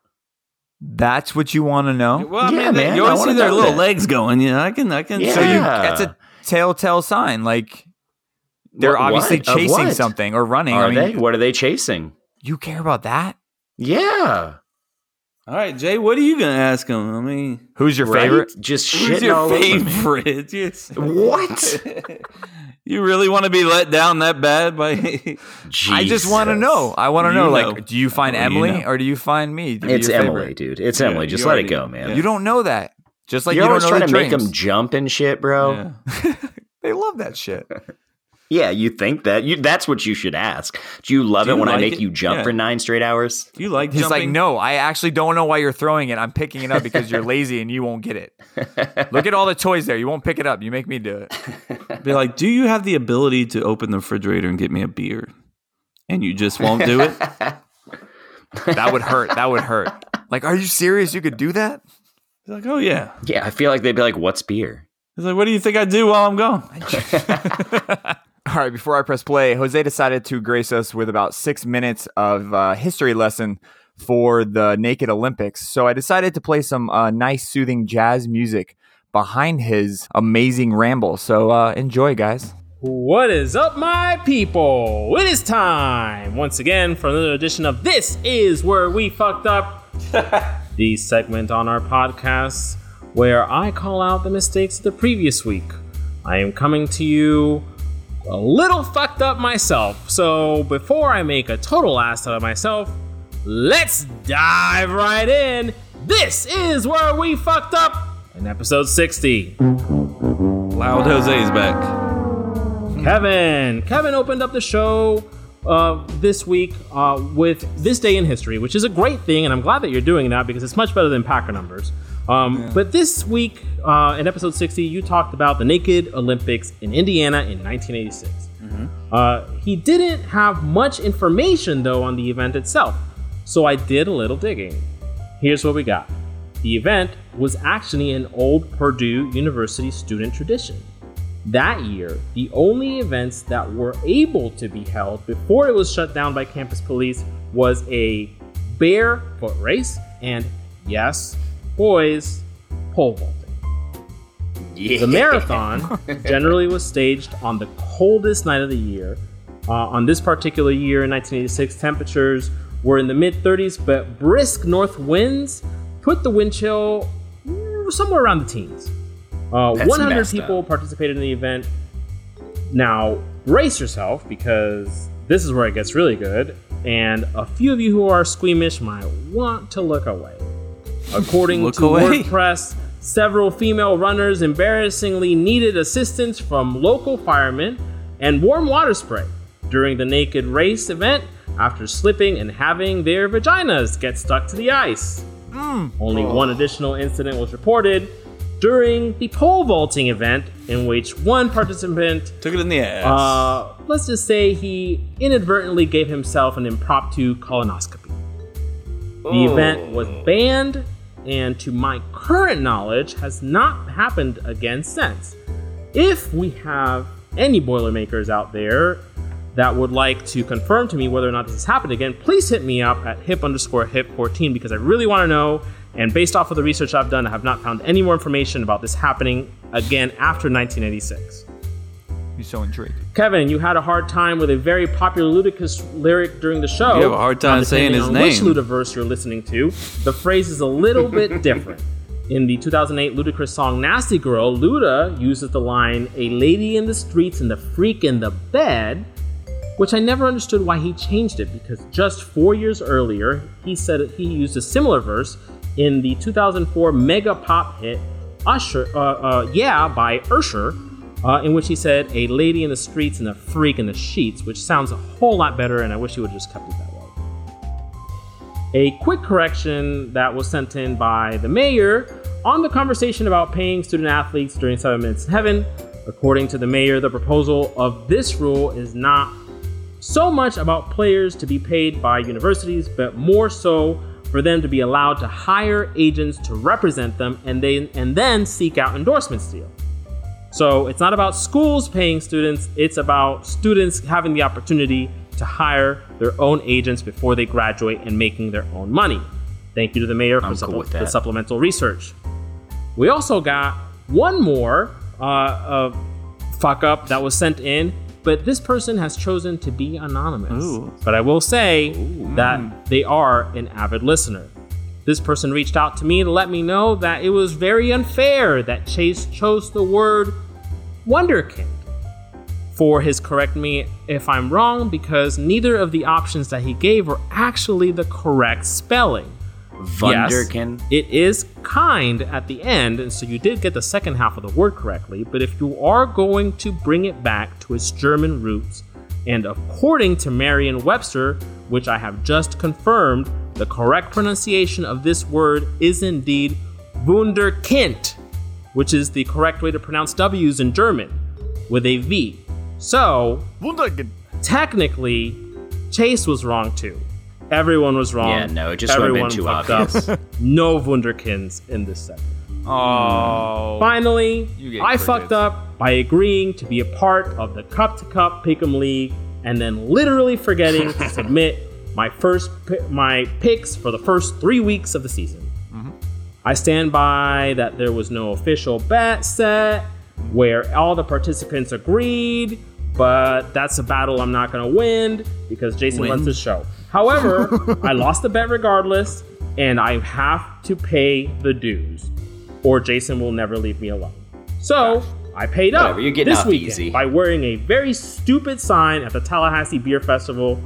That's what you want to know.
well I
Yeah,
mean, they-
man,
you
I
always
wanna
see their
know
little
that.
legs going yeah i can i can
Yeah.
So you
Yeah.
that's a telltale sign. Like they're
What-
obviously
what? Of
chasing
what?
something or running.
Are
I mean,
they? What are they chasing?
you care about that?
Yeah,
all right jay what are you gonna ask him i mean
Who's your
right?
favorite?
Just
who's
shitting
your
all over me.
favorite Yes.
What?
you really want to be let down that bad by
I just want to
Jesus.
know. I want to
You
know,
know.
Like, do you find
Oh, you
Emily
know.
or do you find me? to be
It's
your
Emily,
favorite?
dude. It's
Yeah,
Emily.
you
Just let
already-
it go, man.
yeah.
You don't know that. Just like
You're
you don't
always
know
trying
the
to make them
dreams.
jump and shit, bro.
Yeah.
They love that shit.
Yeah, you think that you that's what you should ask. Do you love
Do
it
you
when I
like
make
it?
you jump
Yeah.
for 9 straight hours?
you like
He's
jumping?
like, no, I actually don't know why you're throwing it. I'm picking it up because you're lazy and you won't get it. Look at all the toys there. You won't pick it up. You make me do it.
Be like, do you have the ability to open the refrigerator and get me a beer? And you just won't do it.
That would hurt. That would hurt. Like, are you serious? You could do that?
He's like, oh yeah.
Yeah, I feel like they'd be like, "What's beer?"
He's like, what do you think I do while I'm gone?
All right, before I press play, Jose decided to grace us with about six minutes of uh, history lesson for the Naked Olympics. So I decided to play some uh, nice, soothing jazz music behind his amazing ramble. So uh, enjoy, guys.
What is up, my people? It is time once again for another edition of This Is Where We Fucked Up, the segment on our podcast where I call out the mistakes of the previous week. I am coming to you a little fucked up myself, so before I make a total ass out of myself, let's dive right in. This is Where We Fucked Up in episode 60.
Loud Jose's back.
Mm-hmm. Kevin. Kevin opened up the show uh, this week uh, with this day in history, which is a great thing, and I'm glad that you're doing that because it's much better than Packer numbers. Um, But this week, uh, in episode 60, you talked about the Naked Olympics in Indiana in 1986. Uh, he didn't have much information though on the event itself, so I did a little digging. Here's what we got. The event was actually an old Purdue University student tradition. That year, the only events that were able to be held before it was shut down by campus police was a barefoot race and, yes, boys, pole vaulting.
Yeah.
The marathon generally was staged on the coldest night of the year. Uh, on this particular year in 1986, temperatures were in the mid 30s, but brisk north winds put the wind chill mm, somewhere around the teens. Uh,
That's
100
messed
people participated in the event. Now, brace yourself because this is where it gets really good, and a few of you who are squeamish might want to look away. According
Look
to
away.
WordPress, several female runners embarrassingly needed assistance from local firemen and warm water spray during the naked race event after slipping and having their vaginas get stuck to the ice. Only one additional incident was reported during the pole vaulting event, in which one participant
Took it in the ass.
uh, let's just say he inadvertently gave himself an impromptu colonoscopy. The event was banned, and to my current knowledge, has not happened again since. If we have any Boilermakers out there that would like to confirm to me whether or not this has happened again, please hit me up at hip underscore hip 14 because I really want to know. And based off of the research I've done, I have not found any more information about this happening again after 1986.
You're so intrigued.
Kevin, you had a hard time with a very popular Ludicrous lyric during the show.
You have a hard time
Now, depending
saying his
on Which
name.
Ludiverse you're listening to? The phrase is a little bit different. In the 2008 Ludacris song "Nasty Girl," Luda uses the line "A lady in the streets and the freak in the bed," which I never understood why he changed it because just four years earlier he said that he used a similar verse in the 2004 mega pop hit "Usher," uh, uh, yeah, by Usher, uh, in which he said "a lady in the streets and a freak in the sheets," which sounds a whole lot better, and I wish he would have just kept it that way. A quick correction that was sent in by the mayor on the conversation about paying student athletes during seven minutes in heaven. According to the mayor, the proposal of this rule is not so much about players to be paid by universities, but more so for them to be allowed to hire agents to represent them and they and then seek out endorsements deals. So it's not about schools paying students, it's about students having the opportunity to hire their own agents before they graduate and making their own money. Thank you to the mayor for
I'm cool
supple-
with
the
that.
supplemental research. We also got one more uh, uh, fuck up that was sent in, but this person has chosen to be anonymous.
Ooh.
But I will say that they are an avid listener. This person reached out to me to let me know that it was very unfair that Chase chose the word Wonderkind for his correct me if I'm wrong because neither of the options that he gave were actually the correct spelling.
Vunderkin.
It is kind at the end, and so you did get the second half of the word correctly, but if you are going to bring it back to its German roots, and according to Merriam Webster, which I have just confirmed, the correct pronunciation of this word is indeed Wunderkind, which is the correct way to pronounce W's in German. with a V. So,
Wunderkind.
technically, Chase was wrong too. Everyone was wrong.
Yeah, no, it just would've been
Everyone
too
fucked up.
obvious.
no Wunderkinds in this segment.
Oh.
Finally,
You get
I
crickets.
fucked up by agreeing to be a part of the Cup to Cup Pick'em League and then literally forgetting to submit my first pi- my picks for the first three weeks of the season. I stand by that there was no official bet set where all the participants agreed, but that's a battle I'm not going to win because Jason runs his show. However, I lost the bet regardless, and I have to pay the dues, or Jason will never leave me alone. So I paid up
Whatever, you're getting
this
off
weekend
easy.
by wearing a very stupid sign at the Tallahassee Beer Festival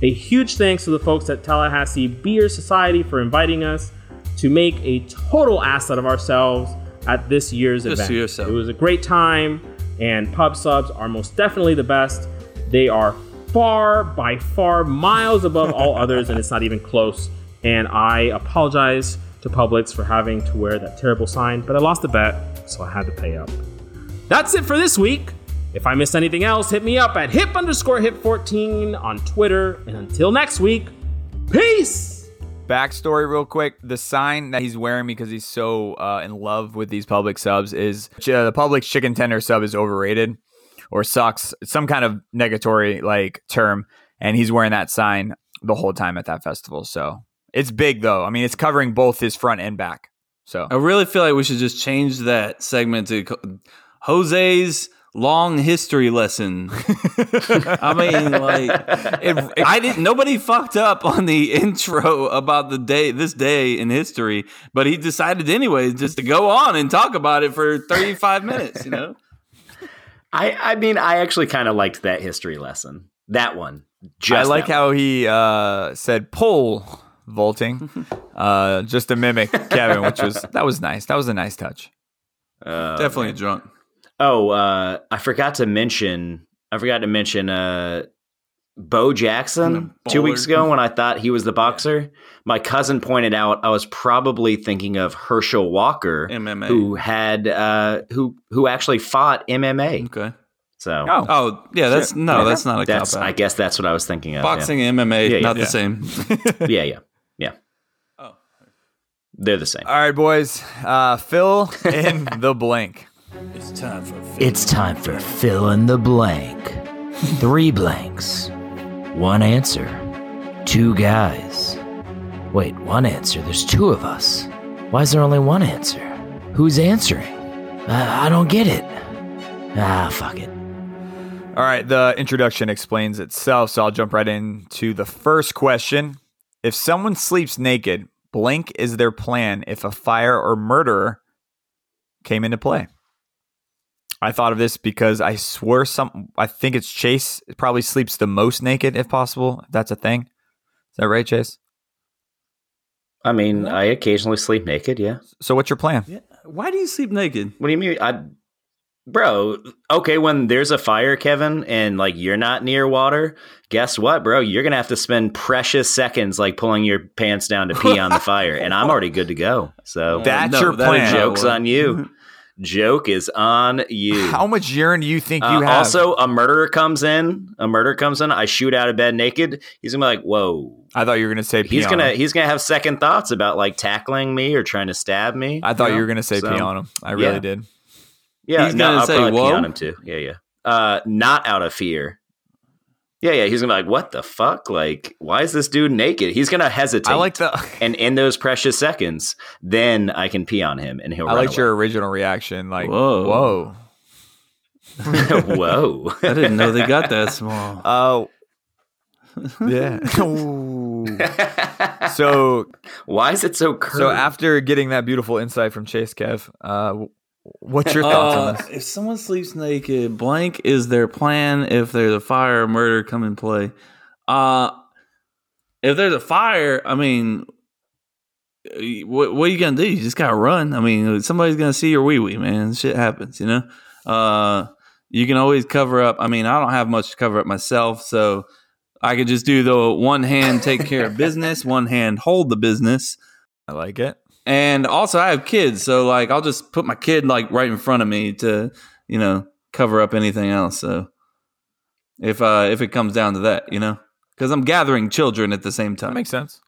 a huge thanks to the folks at Tallahassee Beer Society for inviting us to make a total ass out of ourselves at this year's
Just
event.
to yourself.
It was a great time, and pub subs are most definitely the best. They are far, by far, miles above all others, and it's not even close. And I apologize to Publix for having to wear that terrible sign, but I lost the bet, so I had to pay up. That's it for this week. If I missed anything else, hit me up at hip underscore hip 14 on Twitter. And until next week, peace!
Backstory, real quick. The sign that he's wearing because he's so uh, in love with these public subs is uh, the public chicken tender sub is overrated or sucks. It's some kind of negatory like term, and he's wearing that sign the whole time at that festival. So it's big though. I mean, it's covering both his front and back. So
I really feel like we should just change that segment to co- Jose's long history lesson. I mean, like, if, I didn't. Nobody fucked up on the intro about the day, this day in history, but he decided anyway just to go on and talk about it for thirty-five minutes. You know,
I, I mean, I actually kind of liked that history lesson. That one. Just
I like
that
how he uh, said pole vaulting, uh, just to mimic Kevin, which was that was nice. That was a nice touch.
one. Uh,
definitely drunk.
Oh, uh, I forgot to mention. I forgot to mention uh, Bo Jackson
The
two weeks
baller.
ago when I thought he was the boxer. My cousin pointed out I was probably thinking of Herschel Walker,
MMA.
who had uh, who who actually fought MMA.
Okay.
So
Oh,
Oh yeah, that's no,
Yeah,
that's not a
that's
cop out.
I guess that's what I was thinking of. yeah.
Boxing and MMA,
Yeah, yeah.
not
Yeah.
the same.
Yeah, yeah, yeah.
Oh.
They're the same.
All right, boys. Uh, fill in the blank.
It's time for
It's time for fill in the blank. Three blanks. One answer. Two guys. Wait, one answer. There's two of us. Why is there only one answer? Who's answering? Uh, I, I don't get it. Ah, fuck it.
All right, the introduction explains itself, so I'll jump right into the first question. If someone sleeps naked, blank is their plan if a fire or murderer came into play. I thought of this because I swear some I think it's Chase probably sleeps the most naked if possible, if that's a thing. Is that right, Chase?
I mean, I occasionally sleep naked. Yeah.
So what's your plan?
Yeah. Why do you sleep naked?
What do you mean? I, bro. Okay, when there's a fire, Kevin, and like you're not near water, guess what, bro? You're gonna have to spend precious seconds like pulling your pants down to pee on the fire, and I'm already good to go. So
That's
no,
your
that
plan.
is how it
jokes
works.
on you. Joke is on you.
How much urine do you think
Uh,
you have?
also, a murderer comes in. A murderer comes in. I shoot out of bed naked. He's gonna be like, "Whoa!"
I thought you were gonna say
He's
pee on
gonna
him.
he's gonna have second thoughts about like tackling me or trying to stab me.
I thought you
know?
were gonna say
So-
pee on him. I really
yeah.
did.
Yeah,
He's
no,
gonna
I'll
say,
probably pee
"Whoa."
on him too. Yeah, yeah. Uh, not out of fear. Yeah, yeah. He's gonna be like, "What the fuck? Like, why is this dude naked?" He's gonna hesitate.
I like the
and in those precious seconds, then I can pee on him, and he'll.
I
run
liked your original reaction, like whoa.
Whoa.
away. Whoa.
I didn't know they got that small.
Oh, yeah. so,
why is it so curved?
so after getting that beautiful insight from Chase Kev, uh, w- what's your thoughts on
Uh,
this?
if someone sleeps naked, blank is their plan. If there's a fire or murder, come and play. Uh, if there's a fire, I mean, eh, what, what are you gonna do? You just gotta run. I mean, somebody's gonna see your wee wee, man. Shit happens, you know. Uh, you can always cover up. I mean, I don't have much to cover up myself, so I could just do the one hand take care of business, one hand hold the business.
I like it.
And also, I have kids, so like I'll just put my kid like right in front of me to, you know, cover up anything else. So if uh, if it comes down to that, you know, because I'm gathering children at the same
That
time.
makes sense.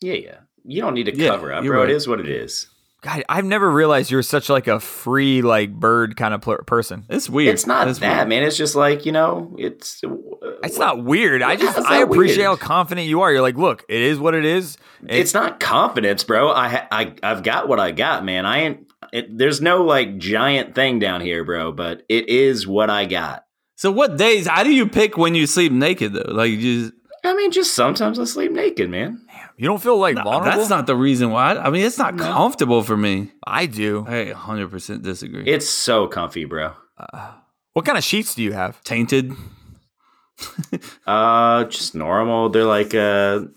Yeah, yeah. You don't need to
Yeah,
cover up,
you're
bro.
right.
It is what it is.
God, I've never realized you were such like a free like bird kind of pl- person.
it's weird.
It's not
That's
that,
weird.
man. It's just like you know, it's. uh,
It's not weird. I
Yeah,
just
it's
I
not
appreciate
weird.
how confident you are. You're like, look, it is what it is.
It's not confidence, bro. I, ha- I I've got what I got, man. I ain't. It, there's no like giant thing down here, bro. But it is what I got.
So what days? How do you pick when you sleep naked though? Like you just
I mean, just sometimes I sleep naked, man.
You don't feel like vulnerable.
that's not the reason why. I mean, it's not comfortable for me.
I do.
I 100 percent disagree.
It's so comfy, bro.
What kind of sheets do you have?
tainted.
Uh, just normal. They're like uh,
Oh,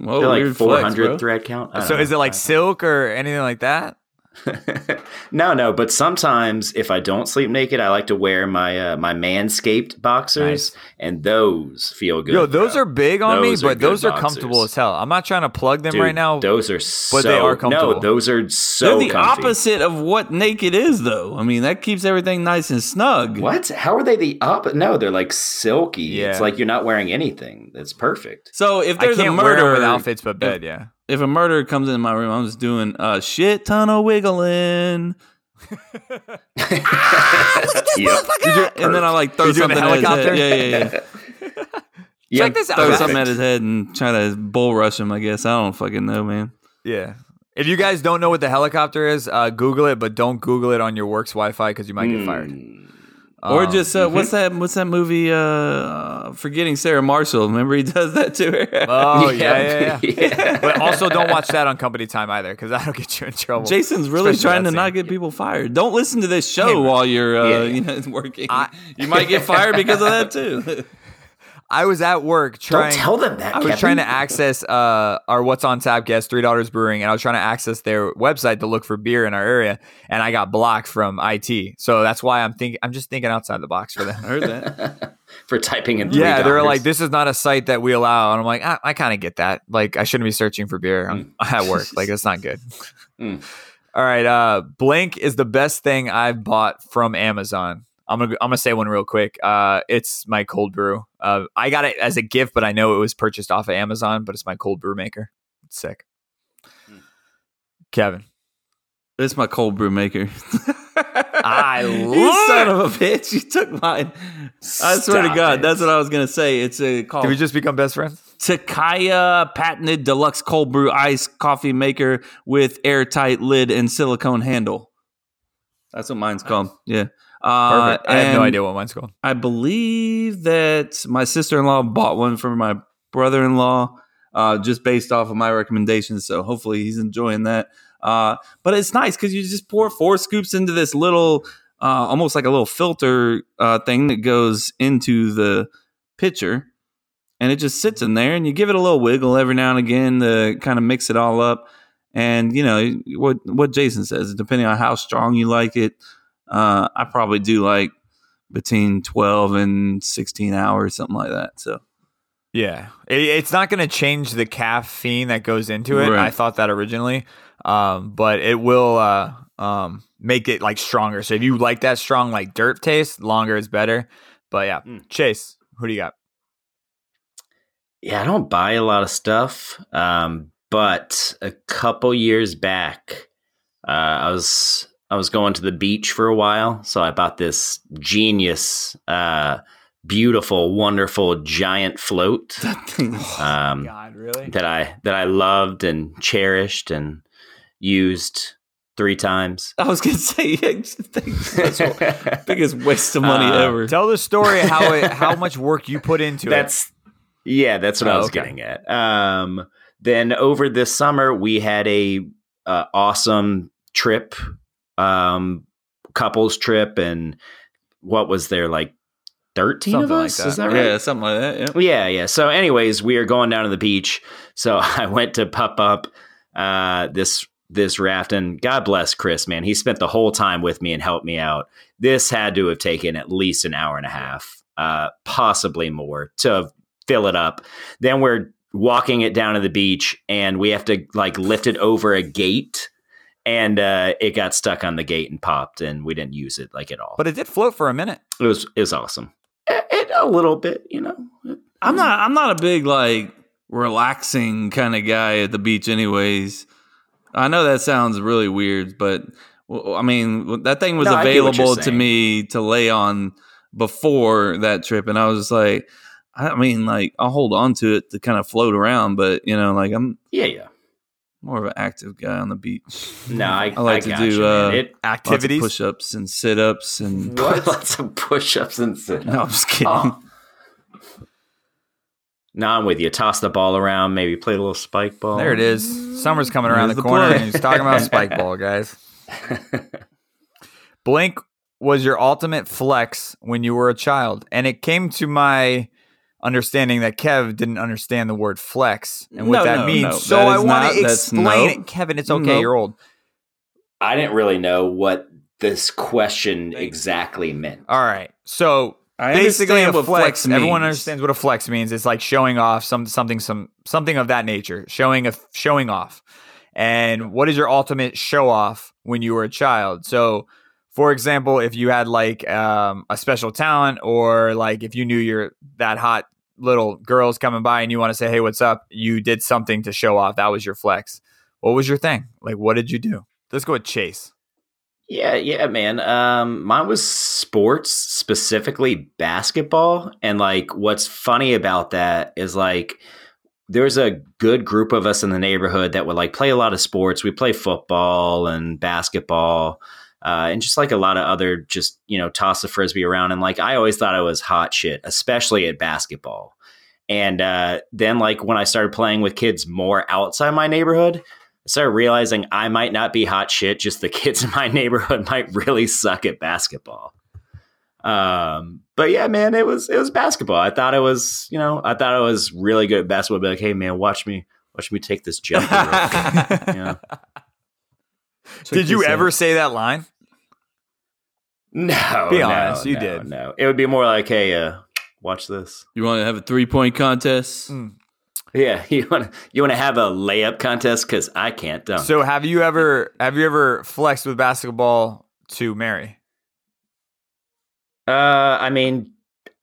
Whoa,
they're like
weird
four
flex,
hundred
bro.
thread count. I don't
So
know.
is it like silk or anything like that?
no, no, but sometimes if I don't sleep naked, I like to wear my uh, my manscaped boxers, and those feel good.
Yo, those
bro.
are big on
Those
me,
are
but
good
those are
boxers.
comfortable as hell. I'm not trying to plug them
Dude,
right now.
Those are so,
they are comfortable.
No, those are
They're
so
the
comfy.
opposite of what naked is, though. I mean, that keeps everything nice and snug.
What? How are they the opposite? No, they're like silky.
Yeah.
It's like you're not wearing anything. It's perfect.
So if
I
there's a
can't wear
murder
them with outfits but bed. Yeah.
if a murderer comes in my room, I'm just doing a shit ton of wiggling,
Yep.
and then I like throw
You doing
something
a
at his head.
helicopter?
Yeah, yeah, yeah.
Yeah,
Check this out.
throw
Perfect.
something at his head and try to bull rush him. I guess I don't fucking know, man.
Yeah. If you guys don't know what the helicopter is, uh, Google it, but don't Google it on your work's Wi-Fi because you might get fired.
Hmm.
Oh,
or just
mm-hmm.
uh, what's that? What's that movie? Uh, uh, Forgetting Sarah Marshall. Remember he does that to her.
Oh yeah, yeah, yeah.
yeah.
but also, don't watch that on company time either because that'll get you in trouble.
Jason's really
Especially
trying
that
to not
scene.
get people fired. Don't listen to this show while you're uh, you know working.
I-
you might get fired because of that too.
I was at work
Don't
trying.
tell them that.
I was trying to access uh, our What's on Tap guest, Three Daughters Brewing, and I was trying to access their website to look for beer in our area, and I got blocked from IT. So that's why I'm thinking. I'm just thinking outside the box for them.
I heard that.
for typing in.
Yeah,
three
they're
dollars.
like, this is not a site that we allow, and I'm like, I, I kind of get that. Like, I shouldn't be searching for beer on,
Mm.
at work. Like, that's not good.
Mm.
All right, uh, blank is the best thing I've bought from Amazon. I'm gonna I'm gonna say one real quick. Uh, it's my cold brew. Uh, I got it as a gift, but I know it was purchased off of Amazon. But it's my cold brew maker. It's sick.
Mm.
Kevin,
It's my cold brew maker.
I
you
love. it.
son of a bitch! You took mine. I swear to
Stop
God,
it.
that's what I was gonna say. It's a called
Did we just become best friends?
Takaya patented deluxe cold brew ice coffee maker with airtight lid and silicone handle. That's what mine's called. Yeah. Uh,
Perfect. I have no
and
idea what mine's called.
I believe that my sister in law bought one for my brother in law, uh, just based off of my recommendations. So hopefully he's enjoying that. Uh, but it's nice because you just pour four scoops into this little, uh, almost like a little filter uh, thing that goes into the pitcher, and it just sits in there. And you give it a little wiggle every now and again to kind of mix it all up. And you know what what Jason says, depending on how strong you like it, uh, I probably do like between 12 and 16 hours, something like that. So
Yeah, it, it's not going to change the caffeine that goes into it.
Right.
I thought that originally, um, but it will uh, um, make it like stronger. So if you like that strong like dirt taste, longer is better. But yeah, Chase, who do you got?
yeah, I don't buy a lot of stuff. Um, but a couple years back, uh, I was I was going to the beach for a while, so I bought this genius, uh, beautiful, wonderful giant float. Um,
God, really?
that I that I loved and cherished and used three times.
I was going to say, yeah, that's the biggest waste of money
Uh,
ever.
Tell the story how it, how much work you put into it.
That's yeah, that's what
Oh,
I was
okay.
getting at. Um, then over this summer, we had a uh, awesome trip, um, couples trip, and what was there like thirteen of
Something like
us?
that.
Is that right?
yeah, something like that. Yeah.
Yeah, yeah. So, anyways, we are going down to the beach. So I went to pup up uh, this this raft, and God bless Chris, man. He spent the whole time with me and helped me out. This had to have taken at least an hour and a half, uh, possibly more, to fill it up. Then we're walking it down to the beach, and we have to like lift it over a gate. and uh, it got stuck on the gate and popped, and we didn't use it like at all.
But it did float for a minute.
it was it was awesome. It, it- a little bit, you know.
I'm not. I'm not a big like relaxing kind of guy at the beach, anyways. I know that sounds really weird, but well, I mean that thing was
No, I get what you're
available to
saying.
me to lay on before that trip, and I was just like, I mean, like I'll hold on to it to kind of float around, but you know, like I'm
Yeah, yeah.
more of an active guy on the beach.
No, I,
I like to
got
do,
you, man.
uh,
it.
Activities.
push ups and sit ups, and
Lots of push-ups and sit.
no, I'm just kidding.
Oh. No, I'm with you. Toss the ball around, maybe play a little spike ball.
There it is. Summer's coming around
There's
the
the
corner,
play.
and he's talking about spike ball, guys. Blink was your ultimate flex when you were a child, and it came to my understanding that Kev didn't understand the word flex and what
No,
that
no,
means.
no.
So
That
I
is
want
not-
to
that's
explain
nope.
it, Kevin. It's okay.
Nope.
You're old.
I didn't really know what this question exactly meant.
All right. So
I
basically, a
understand
flex.
what flex
Everyone
means.
understands what a flex means. It's like showing off some something some something of that nature, showing a showing off. And what is your ultimate show off when you were a child? So, for example, if you had like um, a special talent, or like if you knew you're that hot little girls coming by and you want to say, "Hey, what's up?" You did something to show off. That was your flex. What was your thing? Like, what did you do? Let's go with Chase.
Yeah, yeah, man. Um, mine was sports, specifically basketball. And like, what's funny about that is like, there's a good group of us in the neighborhood that would like play a lot of sports. We play football and basketball, uh, and just like a lot of other, just you know, toss the frisbee around. And like, I always thought I was hot shit, especially at basketball. And uh, then like when I started playing with kids more outside my neighborhood, I started realizing I might not be hot shit. Just the kids in my neighborhood might really suck at basketball. Um, but yeah, man, it was it was basketball. I thought it was, you know, I thought I was really good at basketball. I'd be like, hey, man, watch me, watch me take this jump. yeah.
Did you ever say that line?
No,
Be
no,
honest, you
no,
did.
No, it would be more like, hey, uh, watch this.
You want to have a three point contest?
Mm.
Yeah, you want to you want to have a layup contest because I can't dunk.
So have you ever have you ever flexed with basketball to Mary?
Uh, I mean,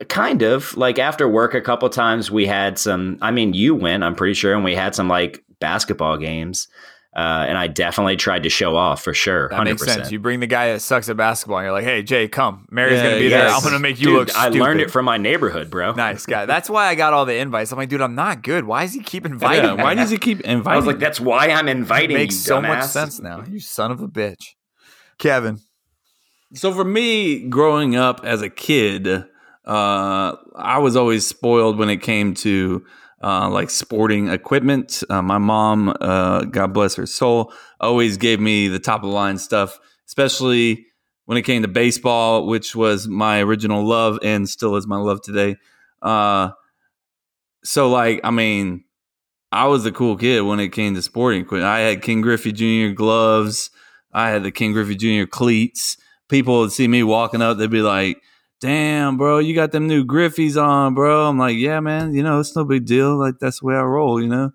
kind of. Like after work, a couple times we had some. I mean, you went, I'm pretty sure, and we had some like basketball games. Uh, and I definitely tried to show off for sure,
That
hundred
makes sense.
percent.
You bring the guy that sucks at basketball. And you're like, hey Jay, come. Mary's gonna be there. I'm gonna make you look.
I
Stupid.
learned it from my neighborhood, bro.
nice guy. That's why I got all the invites. I'm like, dude, I'm not good. Why does he keep inviting?
Yeah,
me?
why does he keep
I
inviting?
was like,
me?
that's why I'm inviting.
makes
you,
so much
dumbass."
sense now? You son of a bitch, Kevin.
So for me, growing up as a kid, uh, I was always spoiled when it came to uh, like sporting equipment. Uh, my mom, uh, God bless her soul, always gave me the top of the line stuff, especially when it came to baseball, which was my original love and still is my love today. Uh, so like, I mean, I was the cool kid when it came to sporting equipment. I had King Griffey Jr. gloves. I had the King Griffey Jr. cleats people would see me walking up, they'd be like, "Damn, bro, you got them new Griffies on, bro." I'm like, "Yeah, man, you know it's no big deal. Like that's the way I roll, you know."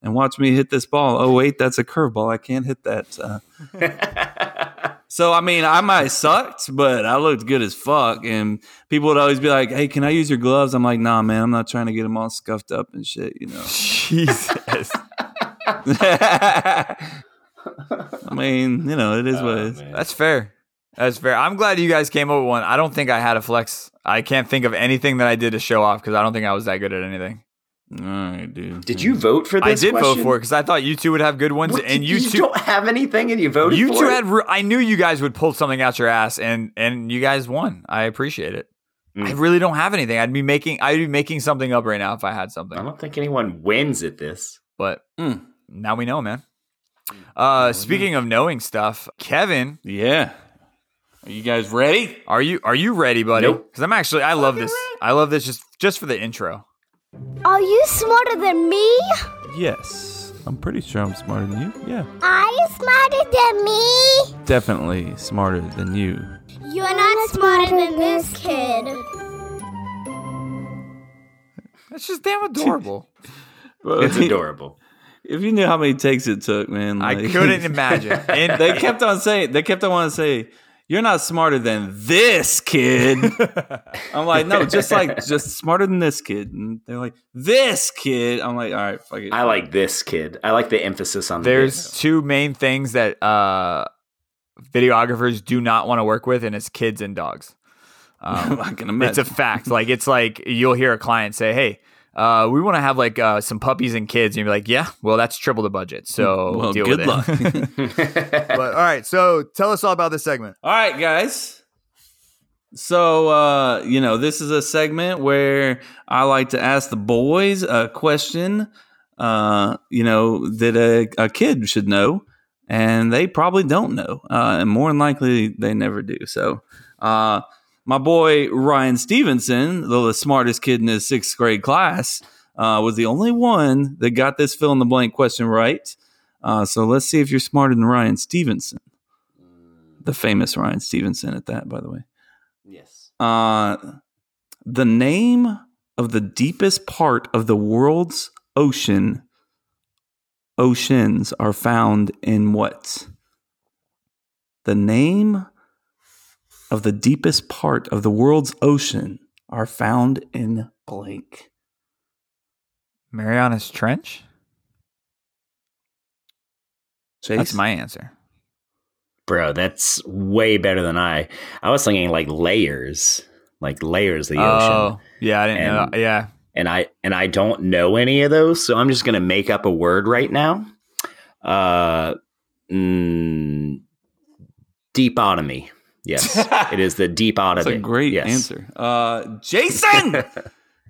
And watch me hit this ball. Oh wait, that's a curveball. I can't hit that. Uh, so I mean, I might sucked, but I looked good as fuck. And people would always be like, "Hey, can I use your gloves?" I'm like, "Nah, man, I'm not trying to get them all scuffed up and shit." You know.
Jesus.
I mean, you know, it is what it is.
That's fair. That's fair. I'm glad you guys came up with one. I don't think I had a flex. I can't think of anything that I did to show off because I don't think I was that good at anything.
All right, dude.
Did you vote for
I
this?
did vote
question?
for it because I thought you two would have good ones,
What,
and you, two
don't have anything, and you voted.
You
for
two
it?
had. re- I knew you guys would pull something out your ass, and and you guys won. I appreciate it. I really don't have anything. I'd be making. I'd be making something up right now if I had
I
something.
don't think anyone wins at this.
But
Mm.
now we know, man. Uh, speaking of knowing stuff, Kevin,
Yeah. Are you guys ready?
are you are you ready, buddy? Because
Nope.
I'm actually. I love this. I love this just just for the intro.
Are you smarter than me?
Yes. I'm pretty sure I'm smarter than you. Yeah.
Are you smarter than me?
Definitely smarter than you.
You're not smarter than this kid.
That's just damn adorable.
It's adorable.
If you knew how many takes it took, man.
I
like-
couldn't imagine. And
they kept on saying they kept on wanting to say you're not smarter than this kid i'm like no just like just smarter than this kid and they're like this kid i'm like all right fuck it
I like this kid. I like the emphasis on the
there's
this.
two main things that uh, videographers do not want to work with, and it's kids and dogs. Um,
i can
it's a
imagine
fact. Like it's like you'll hear a client say, "Hey, uh, we want to have like uh, some puppies and kids," and you're like, "Yeah, well, that's triple the budget." So
Mm, well
deal
good
with
luck
It. but all right, so tell us all about this segment.
All right, guys. So, uh, you know, this is a segment where I like to ask the boys a question, uh, you know, that a, a kid should know, and they probably don't know. Uh, and more than likely, they never do. So, uh, my boy Ryan Stevenson, though the smartest kid in his sixth grade class, uh, was the only one that got this fill in the blank question right. Uh, so, let's see if you're smarter than Ryan Stevenson the famous Ryan Stevenson at that, by the way.
yes.
Uh, the name of the deepest part of the world's ocean, oceans are found in what? The name of the deepest part of the world's ocean are found in blank.
Mariana's Trench. That's
Chase?
my answer.
Bro, that's way better than I. I was thinking like layers, like layers of the ocean.
Oh, yeah, I didn't know.
And-
That. Yeah,
And I and I don't know any of those, so I'm just gonna make up a word right now. Uh mm, deepotomy. Yes. it is the deepotomy.
That's a great
yes.
answer. Uh, Jason,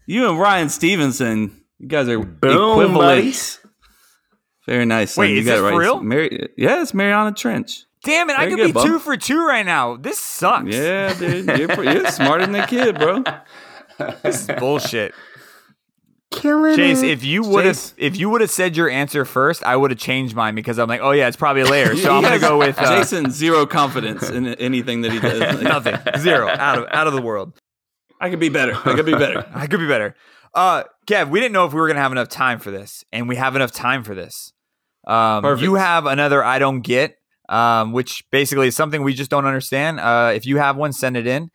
you and Ryan Stevenson, you guys are equivalent.
buddies.
Very nice. son.
Wait,
you
is
got
this
it right.
for real?
It's Mary- yeah, it's Mariana Trench.
damn it, I
Very
could
good,
be
bub.
two for two right now. This sucks.
Yeah, dude, you're, pre- you're smarter than that kid, bro.
this is bullshit.
Killing
Chase, if you would have
Chase.
if you would have said your answer first, I would have changed mine because I'm like, oh yeah, it's probably a layer. So I'm gonna
Yes.
go with uh,
Jason. Zero confidence in anything that he does.
nothing, zero, out of out of the world.
I could be better. I could be better.
I could be better. Uh, Kev, we didn't know if we were gonna have enough time for this, and we have enough time for this. Um,
Perfect.
you have another I don't get, um, which basically is something we just don't understand. Uh, if you have one, send it in.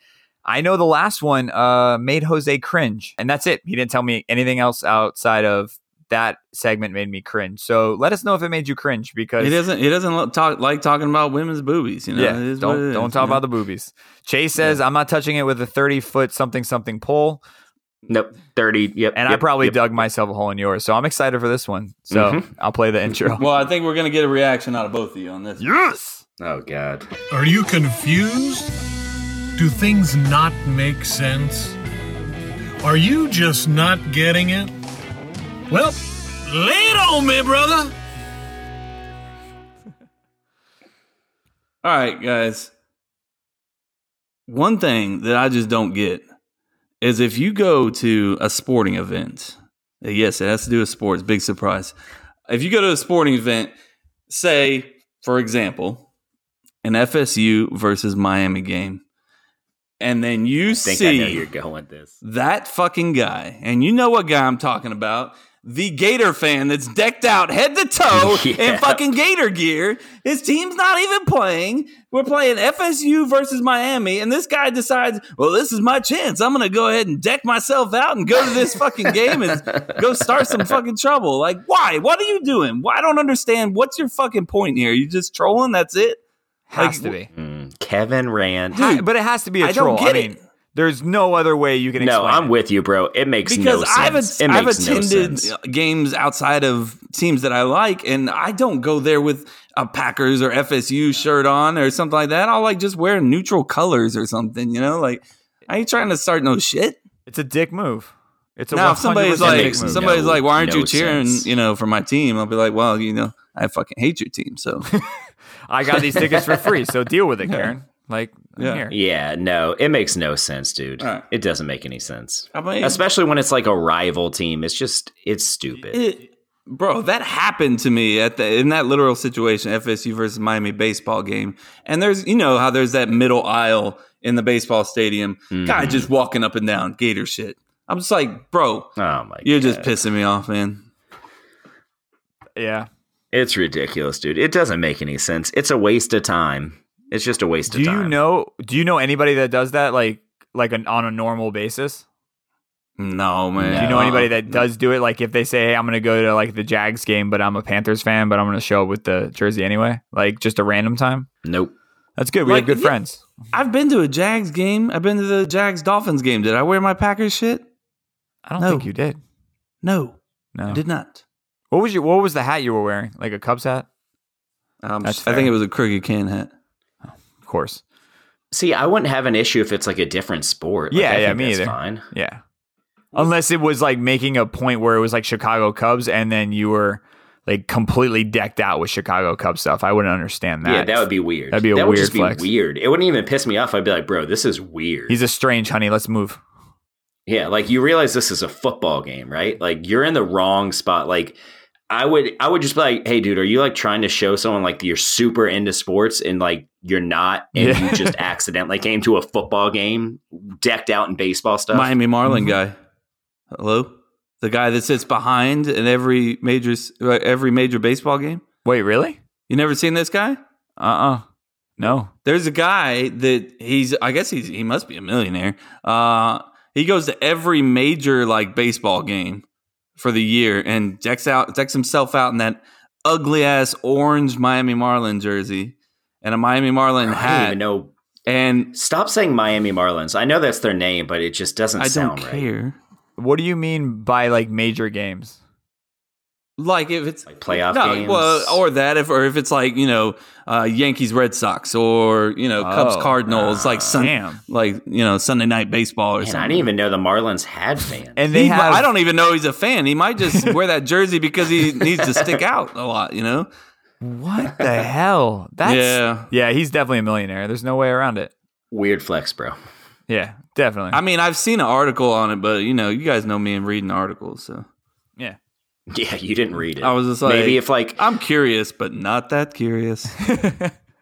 I know the last one uh, made Jose cringe, and that's it. He didn't tell me anything else outside of that segment made me cringe. So let us know if it made you cringe because
He doesn't. He doesn't lo- talk like talking about women's boobies. You know.
yeah,
It is what
don't
it is,
don't talk
you know?
about the boobies. Chase says I'm not touching it with a 30 foot something something pole.
Nope. 30. Yep.
and I
yep,
probably
yep.
dug myself a hole in yours. So I'm excited for this one. So
Mm-hmm.
I'll play the intro.
Well, I think we're gonna get a reaction out of both of you on this.
yes.
Oh god.
Are you confused? Do things not make sense? Are you just not getting it? Well, lay it on me, brother!
All right, guys. One thing that I just don't get is if you go to a sporting event, yes, it has to do with sports, big surprise. If you go to a sporting event, say, for example, an FSU versus Miami game, and then you
I think
see
I know you're going with this.
that fucking guy, and you know what guy I'm talking about. The Gator fan that's decked out head to toe
Yeah.
in fucking Gator gear. His team's not even playing. We're playing FSU versus Miami, and this guy decides, well, this is my chance. I'm going to go ahead and deck myself out and go to this fucking game and go start some fucking trouble. Like, why? What are you doing? Why I don't understand. What's your fucking point here? You just trolling? That's it?
Has
Like,
to be.
Mm, Kevin Rand.
Ha- but it has to be a
I
troll.
don't get
I mean,
it.
there's no other way you can
No,
explain.
I'm with you, bro. It makes
because
no
I've
sense.
at-
it
I've
makes
attended
no sense.
games outside of teams that I like, and I don't go there with a Packers or FSU shirt on or something like that. I'll like just wear neutral colors or something, you know. Like I ain't trying to start no shit.
It's a dick move. It's a
Now if
100%
somebody's
dick
like
makes
move.
somebody's
no-
like, why aren't
no
you cheering?
sense.
You know, for my team, I'll be like, well, you know, I fucking hate your team, so
I got these tickets for free, so deal with it, Karen. Like, I'm
Yeah.
here.
Yeah, no, it makes no sense, dude.
All right.
It doesn't make any sense.
Oh,
I mean,
Especially when it's like a rival team. It's just it's stupid.
it, bro, that happened to me at the in that literal situation, FSU versus Miami baseball game. And there's you know how there's that middle aisle in the baseball stadium,
Mm-hmm.
guy just walking up and down, Gator shit. I'm just like, bro,
oh my
you're
god.
just pissing me off, man.
yeah.
It's ridiculous, dude. It doesn't make any sense. It's a waste of time. It's just a waste
Do
of
you
time.
know? Do you know anybody that does that? Like like an, on a normal basis?
No, man.
Do you know anybody that does do it? Like if they say, "Hey, I'm going to go to like the Jags game, but I'm a Panthers fan, but I'm going to show up with the jersey anyway," like just a random time.
Nope.
That's good. We
Like,
have good
yeah.
friends.
I've been to a Jags game. I've been to the Jags Dolphins game. Did I wear my Packers shit?
I don't
No.
think you did.
No,
No.
I did not.
What was your What was the hat you were wearing? Like a Cubs hat?
Um, I
That's
think
fair.
it was a crooked can hat.
Of course.
See, I wouldn't have an issue if it's like a different sport. Like,
Yeah,
I
yeah,
think
me
that's
either.
Fine.
Yeah. Unless it was like making a point where it was like Chicago Cubs, and then you were like completely decked out with Chicago Cubs stuff. I wouldn't understand that.
Yeah, that would be weird.
That'd be a
that would
weird
just be
flex.
weird. It wouldn't even piss me off. I'd be like, bro, this is weird.
He's a strange honey. Let's move.
Yeah, like you realize this is a football game, right? Like you're in the wrong spot. Like I would I would just be like, "Hey dude, are you like trying to show someone like you're super into sports and like you're not and
Yeah.
you just accidentally came to a football game decked out in baseball stuff?" Mm-hmm.
Miami Marlin guy. Hello, the guy that sits behind in every major s- uh, every major baseball game.
Wait, really?
You never seen this guy? Uh-uh.
Uh uh No.
There's a guy that he's I guess he's he must be a millionaire. Uh he goes to every major like baseball game for the year and decks out decks himself out in that ugly ass orange Miami Marlin jersey and a Miami Marlin
I don't even
hat.
know.
And
Stop saying Miami Marlins. I know that's their name, but it just doesn't
I don't
sound right.
care.
What do you mean by like major games?
Like if it's
Like playoff games.
well, or that if or if it's like you know uh, Yankees Red Sox or you know Cubs
Oh,
Cardinals like sun,
Damn.
like you know Sunday night baseball or
Man,
something.
I didn't even know the Marlins had fans.
And they
He-
have.
I don't even know he's a fan. He might just wear that jersey because he needs to stick out a lot, you know?
What the hell? That's.
yeah.
Yeah, he's definitely a millionaire. There's no way around it.
Weird flex, bro.
Yeah, definitely.
I mean, I've seen an article on it, but you know, you guys know me and reading articles, so
Yeah, you didn't read it.
I was just like
Maybe if like
I'm curious, but not that curious.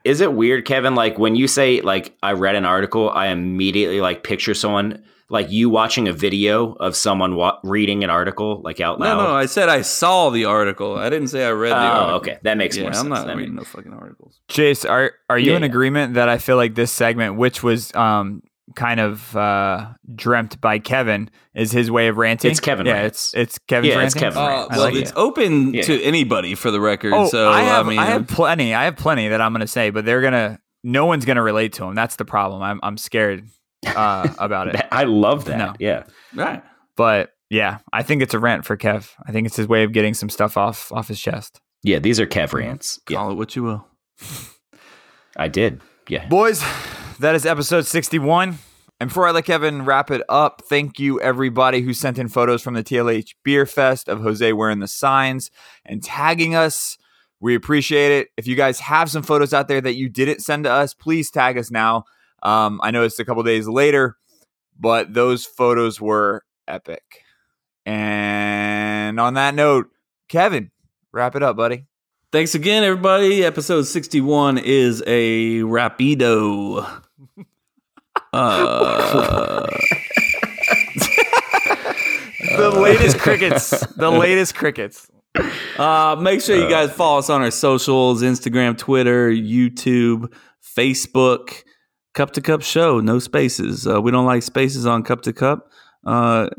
Is it weird, Kevin? Like when you say like I read an article, I immediately like picture someone like you watching a video of someone wa- reading an article like out
no,
loud.
no, I said I saw the article. I didn't say I read the
oh,
article.
okay, that makes
Yeah,
more
I'm
sense.
not
That
reading
makes-
no fucking articles.
Chase, are are you
Yeah,
in
yeah.
agreement that I feel like this segment, which was um kind of uh dreamt by Kevin, is his way of ranting?
It's Kevin
Yeah,
rants.
it's it's Kevin's
Yeah, it's
ranting? Oh,
Kevin
Uh,
rants.
I
well,
like
it's
it.
open
Yeah.
to anybody for the record.
Oh,
so
I have
mean,
I have plenty. I have plenty that I'm gonna say, but they're gonna no one's gonna relate to him. That's the problem. I'm I'm scared uh about it.
That- I love that.
No.
Yeah,
right.
But yeah, I think it's a rant for Kev. I think it's his way of getting some stuff off off his chest.
yeah. These are Kev rants. Yeah,
Call it what you will.
I did. Yeah.
Boys, that is episode 61. And before I let Kevin wrap it up, thank you everybody who sent in photos from the TLH Beer Fest of Jose wearing the signs and tagging us. We appreciate it. If you guys have some photos out there that you didn't send to us, please tag us now. Um, I know it's a couple days later, but those photos were epic. And on that note, Kevin, wrap it up, buddy.
Thanks again, everybody. Episode 61 is a rapido. Uh,
The latest crickets. The latest crickets.
uh, make sure you guys follow us on our socials Instagram, Twitter, YouTube, Facebook, Cup to Cup Show, no spaces. Uh, we don't like spaces on Cup to Cup uh,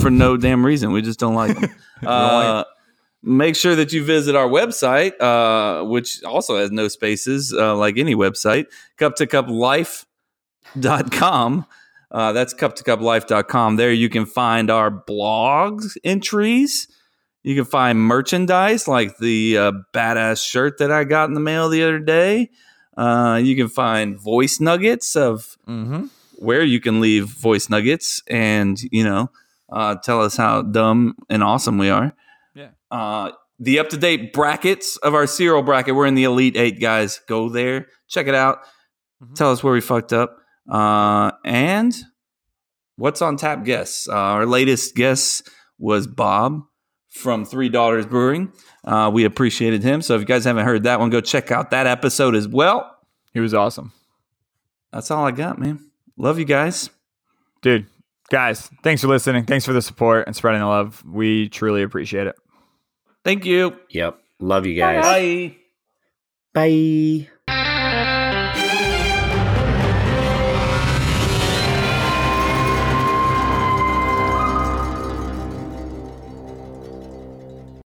for no damn reason. We just don't like them. Uh, make sure that you visit our website, uh, which also has no spaces, uh, like any website, cup to cup life.com. Uh, that's cup to cup life.com. There you can find our blogs entries. You can find merchandise like the uh, badass shirt that I got in the mail the other day. Uh, you can find voice nuggets of
Mm-hmm.
where you can leave voice nuggets and you know uh, tell us how dumb and awesome we are.
Yeah.
Uh, the up to date brackets of our serial bracket. We're in the elite eight, guys. Go there, check it out.
Mhm.
Tell us where we fucked up. Uh, and what's on tap? Guess uh, our latest guess was Bob from Three Daughters Brewing. Uh, we appreciated him. So if you guys haven't heard that one, go check out that episode as well.
He was awesome.
That's all I got, man. Love you guys.
dude guys thanks for listening thanks for the support and spreading the love we truly appreciate it
Thank you.
Yep. Love you guys.
Bye.
Bye.